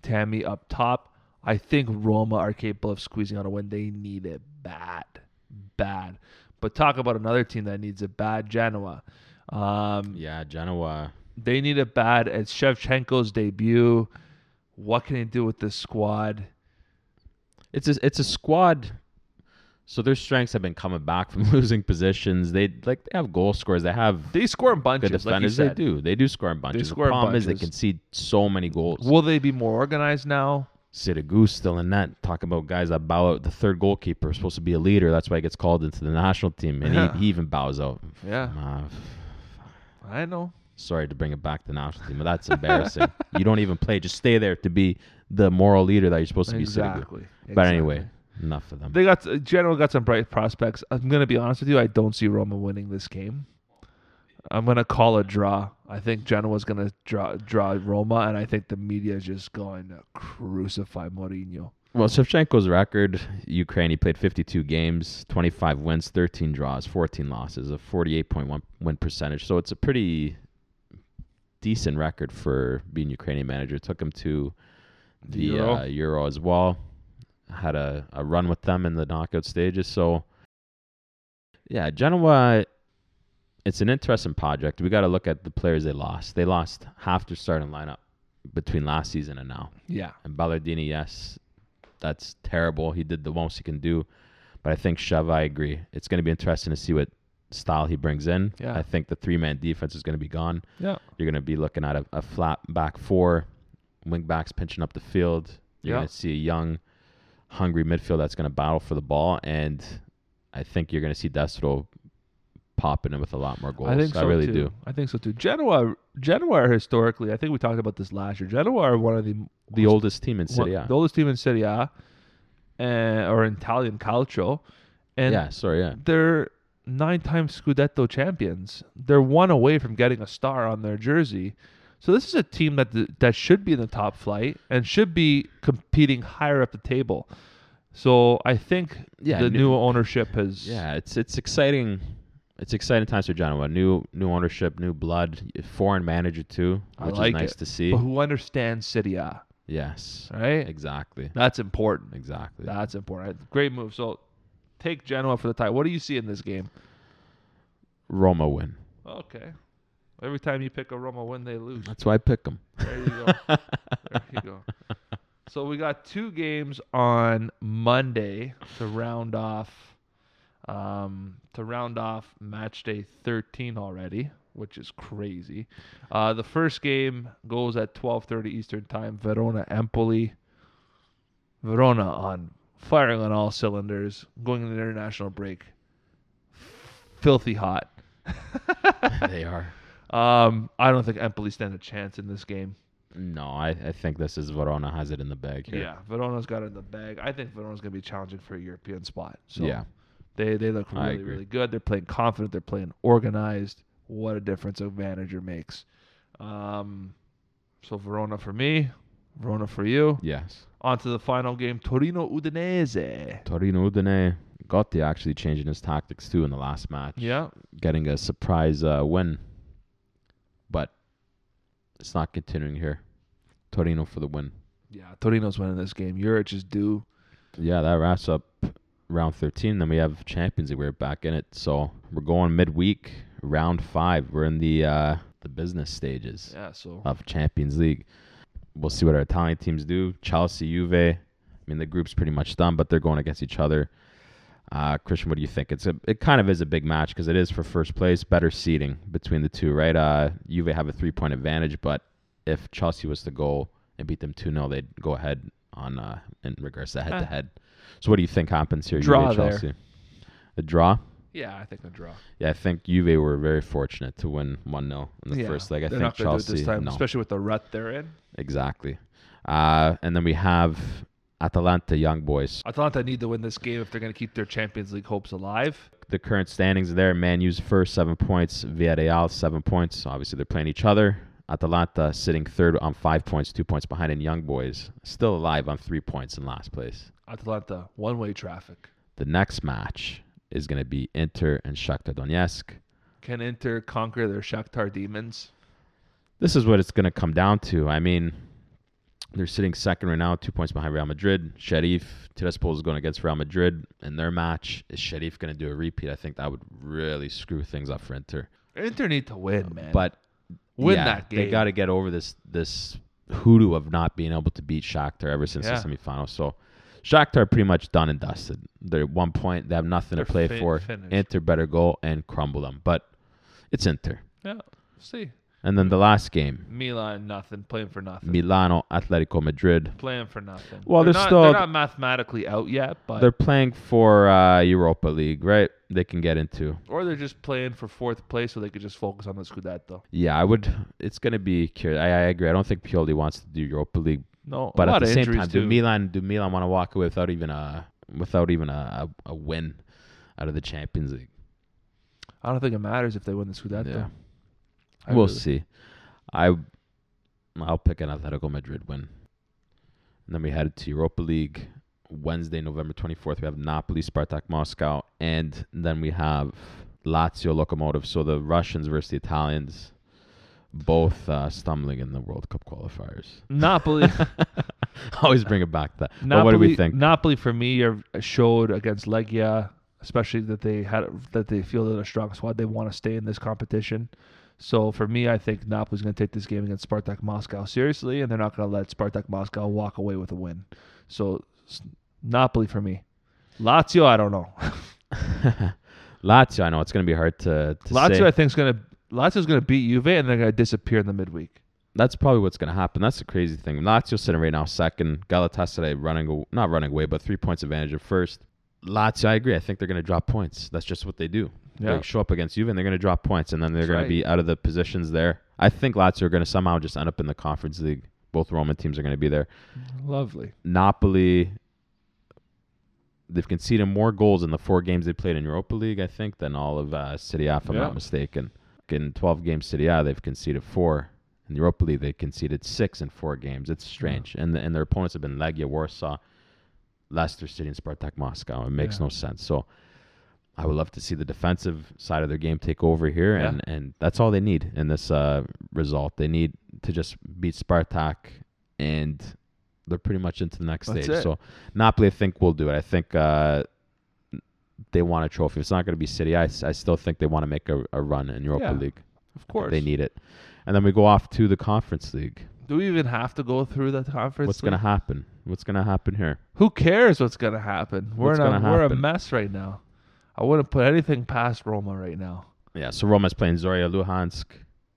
Speaker 1: Tammy up top, I think Roma are capable of squeezing out a win. They need it bad, bad. But talk about another team that needs it bad, Genoa. Um,
Speaker 2: Yeah, Genoa.
Speaker 1: they need it bad. It's Shevchenko's debut. What can he do with this squad?
Speaker 2: It's a, it's a squad. So their strengths have been coming back from [LAUGHS] losing positions. They like they have goal scorers. They have
Speaker 1: They score in
Speaker 2: good
Speaker 1: bunches, like you
Speaker 2: defenders.
Speaker 1: said.
Speaker 2: they do. They do score in bunches.
Speaker 1: score in
Speaker 2: the problem is
Speaker 1: bunches.
Speaker 2: they concede so many goals.
Speaker 1: Will they be more organized now?
Speaker 2: Sirigu still in net. Talk about guys that bow out. The third goalkeeper is supposed to be a leader. That's why he gets called into the national team, and
Speaker 1: Yeah.
Speaker 2: he, he even bows out.
Speaker 1: Yeah,
Speaker 2: Uh,
Speaker 1: I know.
Speaker 2: sorry to bring it back to the national team, but
Speaker 1: [LAUGHS]
Speaker 2: that's embarrassing. you don't even play. Just stay there to be the moral leader that you're supposed to be. Sirigu.
Speaker 1: Exactly.
Speaker 2: But
Speaker 1: Exactly.
Speaker 2: anyway, enough of them.
Speaker 1: they got uh, Genoa got some bright prospects. I'm gonna be honest with you. I don't see Roma winning this game. I'm gonna call a draw. I think Genoa's gonna draw draw Roma, and I think the media is just going to crucify Mourinho.
Speaker 2: Well, Shevchenko's record, Ukraine, he played 52 games, 25 wins, 13 draws, 14 losses, a 48.1 win percentage. So it's a pretty decent record for being Ukrainian manager. Took him to
Speaker 1: The
Speaker 2: the
Speaker 1: Euro.
Speaker 2: Uh, Euro as well. Had a, a run with them in the knockout stages. So, yeah, Genoa, it's an interesting project. We got to look at the players they lost. They lost half their starting lineup between last season and now.
Speaker 1: Yeah.
Speaker 2: And Ballardini, yes, that's terrible. He did the most he can do. But I think Sheva, I agree. It's going to be interesting to see what style he brings in.
Speaker 1: Yeah.
Speaker 2: I think the three man defense is going to be gone.
Speaker 1: Yeah.
Speaker 2: You're going to be looking at a, a flat back four, wing backs pinching up the field. You're
Speaker 1: Yeah.
Speaker 2: going to see a young, hungry midfield that's going to battle for the ball. And I think you're going to see Destro popping in with a lot more goals.
Speaker 1: I think so
Speaker 2: really
Speaker 1: too.
Speaker 2: do.
Speaker 1: I think so too. Genoa, Genoa are historically, I think we talked about this last year. Genoa are one of the
Speaker 2: The oldest team in
Speaker 1: one-
Speaker 2: Serie A.
Speaker 1: the oldest team in Serie A, uh, or in Italian calcio, and
Speaker 2: Yeah, sorry, yeah.
Speaker 1: they're nine-time Scudetto champions. They're one away from getting a star on their jersey. So this is a team that that should be in the top flight and should be competing higher up the table. So I think
Speaker 2: Yeah,
Speaker 1: the
Speaker 2: new-
Speaker 1: new ownership has
Speaker 2: Yeah, it's it's exciting. It's exciting times for Genoa. New new ownership, new blood, foreign manager too,
Speaker 1: I
Speaker 2: which
Speaker 1: like
Speaker 2: is nice
Speaker 1: it.
Speaker 2: to see.
Speaker 1: but who understands Serie A,
Speaker 2: Yes,
Speaker 1: right?
Speaker 2: exactly,
Speaker 1: That's important.
Speaker 2: exactly.
Speaker 1: That's important. Great move. So take Genoa for the tie. What do you see in this game?
Speaker 2: Roma win.
Speaker 1: Okay. Every time you pick a Roma win, they lose.
Speaker 2: That's why I
Speaker 1: [LAUGHS]
Speaker 2: pick them.
Speaker 1: There you go. there you go. So we got two games on Monday to round off um, to round off match day 13 already, which is crazy. Uh, the first game goes at 12:30 Eastern Time. Verona Empoli. Verona on firing on all cylinders, going into the international break. Filthy hot.
Speaker 2: they are.
Speaker 1: Um, I don't think Empoli stand a chance in this game.
Speaker 2: No, I, I think this is Verona has it in the bag here.
Speaker 1: Yeah, Verona's got it in the bag. I think Verona's going to be challenging for a European spot. So
Speaker 2: yeah.
Speaker 1: they they look
Speaker 2: I
Speaker 1: really
Speaker 2: agree.
Speaker 1: really good. They're playing confident. They're playing organized. What a difference a manager makes. Um, so Verona for me, Verona for you.
Speaker 2: Yes.
Speaker 1: On to the final game, Torino Udinese.
Speaker 2: Torino Udine. Gotti actually changing his tactics too in the last match,
Speaker 1: Yeah,
Speaker 2: getting a surprise uh, win. But it's not continuing here. Torino for the win.
Speaker 1: yeah. Torino's winning this game. Juric is due.
Speaker 2: Yeah, that wraps up round 13. Then we have Champions League. We're back in it. So we're going midweek, round five. We're in the uh, the business stages
Speaker 1: Yeah, so
Speaker 2: of Champions League. We'll see what our Italian teams do. Chelsea, Juve. I mean, the group's pretty much done, but they're going against each other. Uh, Christian, what do you think? It's a, it kind of is a big match because it is for first place, better seating between the two, right? Uh, Juve have a three point advantage, but if Chelsea was to go and beat them 2 0, they'd go ahead on uh, in regards to head to head. So, what do you think happens here?
Speaker 1: Draw there.
Speaker 2: Chelsea? A draw?
Speaker 1: yeah, I think a draw.
Speaker 2: Yeah, I think Juve were very fortunate to win 1 0 in the
Speaker 1: yeah,
Speaker 2: first leg. I
Speaker 1: they're not
Speaker 2: think
Speaker 1: gonna
Speaker 2: Chelsea.
Speaker 1: do it this time,
Speaker 2: no.
Speaker 1: especially with the rut they're in.
Speaker 2: Exactly. Uh, and then we have Atalanta Young Boys.
Speaker 1: Atalanta need to win this game if they're going to keep their Champions League hopes alive.
Speaker 2: The current standings there Man U's first, seven points. Villarreal, seven points. Obviously, they're playing each other. Atalanta sitting third on five points, two points behind, and Young Boys still alive on three points in last place.
Speaker 1: Atlanta, one way traffic.
Speaker 2: The next match is going to be Inter and Shakhtar Donetsk.
Speaker 1: Can Inter conquer their Shakhtar demons?
Speaker 2: This is what it's going to come down to. I mean, they're sitting second right now, two points behind Real Madrid. Sharif Tiraspol is going against Real Madrid in their match. Is Sharif going to do a repeat? I think that would really screw things up for Inter.
Speaker 1: Inter need to win, man.
Speaker 2: But
Speaker 1: win
Speaker 2: yeah,
Speaker 1: that game.
Speaker 2: they got to get over this this hoodoo of not being able to beat Shakhtar ever since
Speaker 1: Yeah.
Speaker 2: the semifinals. So Shakhtar are pretty much done and dusted. They're at one point they have nothing
Speaker 1: They're
Speaker 2: to play
Speaker 1: fin-
Speaker 2: for.
Speaker 1: finished.
Speaker 2: Inter better go and crumble them. But it's Inter.
Speaker 1: yeah. See,
Speaker 2: And then the last game,
Speaker 1: Milan nothing, playing for nothing,
Speaker 2: Milano Atletico Madrid.
Speaker 1: playing for nothing.
Speaker 2: Well,
Speaker 1: they're
Speaker 2: they're
Speaker 1: not,
Speaker 2: still-
Speaker 1: they're not mathematically out yet, but
Speaker 2: They're playing for uh, Europa League, right? They can get into.
Speaker 1: or they're just playing for fourth place so they could just focus on the Scudetto.
Speaker 2: Yeah, I would. It's gonna be curious. I, I agree. I don't think Pioli wants to do Europa League,
Speaker 1: No,
Speaker 2: but
Speaker 1: a
Speaker 2: at
Speaker 1: lot
Speaker 2: the
Speaker 1: of
Speaker 2: same
Speaker 1: injuries
Speaker 2: time, do
Speaker 1: too.
Speaker 2: Milan do Milan want to walk away without even a without even a, a, a win out of the Champions League?
Speaker 1: I don't think it matters if they win the Scudetto.
Speaker 2: yeah,
Speaker 1: I
Speaker 2: we'll
Speaker 1: really-
Speaker 2: see. I I'll pick an Atletico Madrid win. And then we headed to Europa League. Wednesday, November 24th, we have Napoli, Spartak Moscow, and then we have Lazio Lokomotiv. So the Russians versus the Italians, both uh, stumbling in the World Cup qualifiers.
Speaker 1: [LAUGHS]
Speaker 2: [LAUGHS]
Speaker 1: Napoli,
Speaker 2: Always bring it back to that. But
Speaker 1: Napoli,
Speaker 2: what do we think?
Speaker 1: Napoli for me are, showed against Legia, especially that they had that they fielded a strong squad. They want to stay in this competition. So for me, I think Napoli's going to take this game against Spartak Moscow seriously, and they're not going to let Spartak Moscow walk away with a win. So s- Napoli for me. Lazio, I don't know.
Speaker 2: Lazio, I know it's going to be hard to, to
Speaker 1: Lazio,
Speaker 2: say.
Speaker 1: I think is going to Lazio's going to beat Juve, and they're going to disappear in the midweek.
Speaker 2: That's probably what's going to happen. That's the crazy thing. Lazio sitting right now second. Galatasaray running, aw- not running away, but three points advantage at first. Lazio, I agree. I think they're going to drop points. That's just what they do.
Speaker 1: Yeah.
Speaker 2: They show up against Juve and they're going to drop points, and then they're
Speaker 1: That's
Speaker 2: going
Speaker 1: right.
Speaker 2: to be out of the positions there. I think Lazio are going to somehow just end up in the Conference League. Both Roman teams are going to be there.
Speaker 1: Lovely.
Speaker 2: Napoli, they've conceded more goals in the four games they played in Europa League, I think, than all of uh, City A, if I'm
Speaker 1: Yeah.
Speaker 2: not mistaken. In 12 games City A, they've conceded four. In Europa League, they conceded six in four games. It's strange. And, and their opponents have been Legia Warsaw, Leicester City, and Spartak Moscow. It makes
Speaker 1: Yeah.
Speaker 2: no sense. So I would love to see the defensive side of their game take over here.
Speaker 1: Yeah.
Speaker 2: And, and that's all they need in this uh, result. They need to just beat Spartak and they're pretty much into the next
Speaker 1: That's
Speaker 2: stage.
Speaker 1: it.
Speaker 2: So Napoli, I think, will do it. I think uh, they want a trophy. It's not going to be City. I, I still think they want to make a, a run in Europa
Speaker 1: Yeah,
Speaker 2: League.
Speaker 1: Of course.
Speaker 2: They need it. And then we go off to the Conference League.
Speaker 1: Do we even have to go through that conference?
Speaker 2: What's going to
Speaker 1: league?
Speaker 2: happen? What's going to happen here?
Speaker 1: Who cares what's gonna happen? We're
Speaker 2: What's
Speaker 1: in a,
Speaker 2: gonna
Speaker 1: we're a
Speaker 2: happen?
Speaker 1: mess right now. I wouldn't put anything past Roma right now.
Speaker 2: Yeah, so Roma's playing Zoria Luhansk.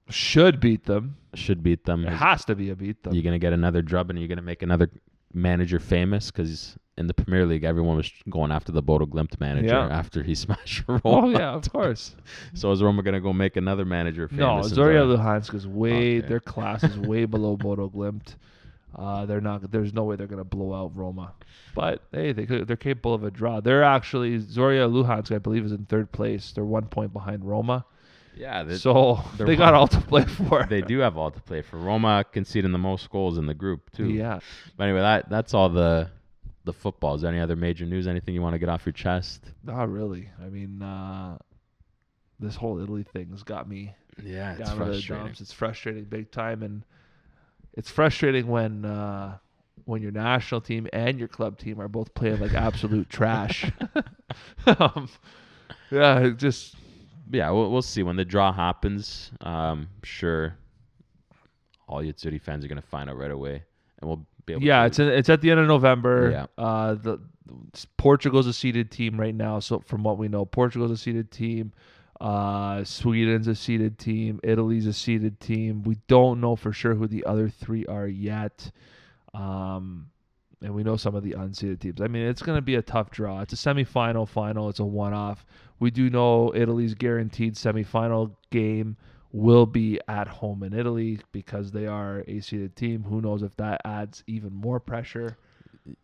Speaker 1: Should beat them.
Speaker 2: Should beat them.
Speaker 1: It has to be a beat them.
Speaker 2: You're going to get another drub and you're going to make another manager famous because in the Premier League, everyone was going after the Bodo Glimt manager
Speaker 1: Yeah.
Speaker 2: after he [LAUGHS] smashed Roma.
Speaker 1: oh yeah,
Speaker 2: [LAUGHS]
Speaker 1: of course.
Speaker 2: So is Roma going to go make another manager
Speaker 1: no,
Speaker 2: famous? in
Speaker 1: Zoria Luhansk is way
Speaker 2: Okay.
Speaker 1: their class is way below Bodo Glimt. Uh, they're not. There's no way they're gonna blow out Roma. But hey, they could, they're capable of a draw. They're actually Zoria Luhansk, I believe, is in third place. They're one point behind Roma.
Speaker 2: Yeah, they,
Speaker 1: so
Speaker 2: they're
Speaker 1: they got
Speaker 2: one-
Speaker 1: all to play for.
Speaker 2: they do have all to play for. Roma conceding the most goals in the group too.
Speaker 1: Yeah.
Speaker 2: But anyway, that that's all the the football. Is there any other major news? Anything you want to get off your chest?
Speaker 1: Not really. I mean, uh, this whole Italy thing's got me
Speaker 2: Yeah, it's
Speaker 1: down to the
Speaker 2: frustrating.
Speaker 1: dumps. It's frustrating big time, and it's frustrating when uh, when your national team and your club team are both playing like absolute
Speaker 2: [LAUGHS]
Speaker 1: trash. [LAUGHS] um, yeah, it just
Speaker 2: yeah, we'll, we'll see when the draw happens. Um, sure, all Yatsuri fans are gonna find out right away, and we'll be able.
Speaker 1: yeah,
Speaker 2: to,
Speaker 1: it's in, it's at the end of November.
Speaker 2: Yeah.
Speaker 1: Uh, the s- Portugal's a seeded team right now. So from what we know, Portugal's a seeded team. Uh, Sweden's a seeded team. Italy's a seeded team. We don't know for sure who the other three are yet. Um, and we know some of the unseeded teams. I mean, it's going to be a tough draw. It's a semifinal, final. It's a one-off. We do know Italy's guaranteed semifinal game will be at home in Italy because they are a seeded team. Who knows if that adds even more pressure?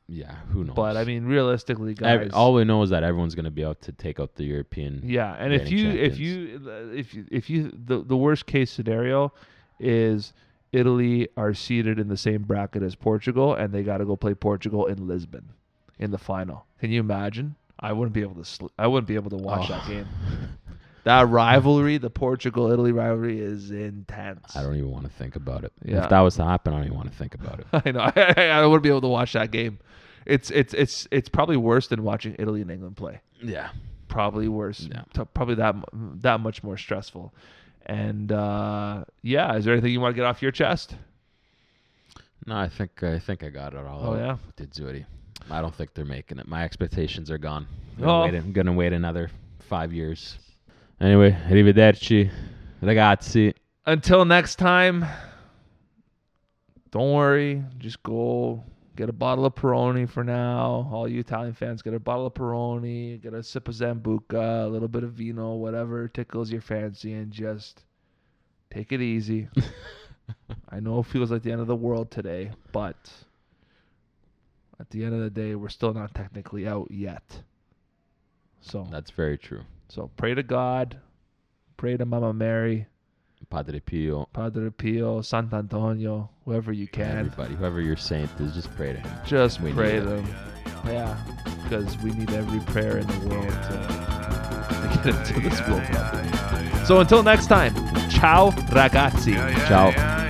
Speaker 2: yeah. Who knows?
Speaker 1: But I mean, realistically, guys,
Speaker 2: Ev- all we know is that everyone's gonna be out to take out the European.
Speaker 1: yeah. And if
Speaker 2: reigning
Speaker 1: you,
Speaker 2: champions.
Speaker 1: if you, if you, if you, the the worst case scenario is Italy are seeded in the same bracket as Portugal, and they got to go play Portugal in Lisbon in the final. Can you imagine? I wouldn't be able to. Sl- I wouldn't be able to watch
Speaker 2: Oh.
Speaker 1: that game. That rivalry, the Portugal Italy rivalry, is intense.
Speaker 2: I don't even want to think about it.
Speaker 1: Yeah.
Speaker 2: If that was to happen, I don't even want to think about it.
Speaker 1: [LAUGHS] I know. I, I, I wouldn't be able to watch that game. It's it's it's it's probably worse than watching Italy and England play.
Speaker 2: yeah.
Speaker 1: Probably worse.
Speaker 2: Yeah.
Speaker 1: T- probably that mu- that much more stressful. And uh, yeah, is there anything you want to get off your chest?
Speaker 2: No, I think I think I got it all.
Speaker 1: Oh,
Speaker 2: out.
Speaker 1: yeah?
Speaker 2: did Zuri. I don't think they're making it. My expectations are gone. I'm
Speaker 1: Oh.
Speaker 2: gonna, wait, I'm gonna wait another five years. Anyway, arrivederci, ragazzi.
Speaker 1: Until next time, don't worry. Just go get a bottle of Peroni for now. All you Italian fans, get a bottle of Peroni, get a sip of Zambuca, a little bit of vino, whatever tickles your fancy, and just take it easy. I know it feels like the end of the world today, but at the end of the day, we're still not technically out yet. So,
Speaker 2: That's very true.
Speaker 1: so pray to God, pray to Mama Mary.
Speaker 2: Padre Pio,
Speaker 1: Padre Pio, Sant'Antonio, whoever you can.
Speaker 2: everybody, whoever your saint is, just pray to him.
Speaker 1: Just
Speaker 2: We need
Speaker 1: pray
Speaker 2: it.
Speaker 1: them. Yeah, because we need every prayer in the world to, to get into this World Cup. So until next time, ciao ragazzi.
Speaker 2: Ciao.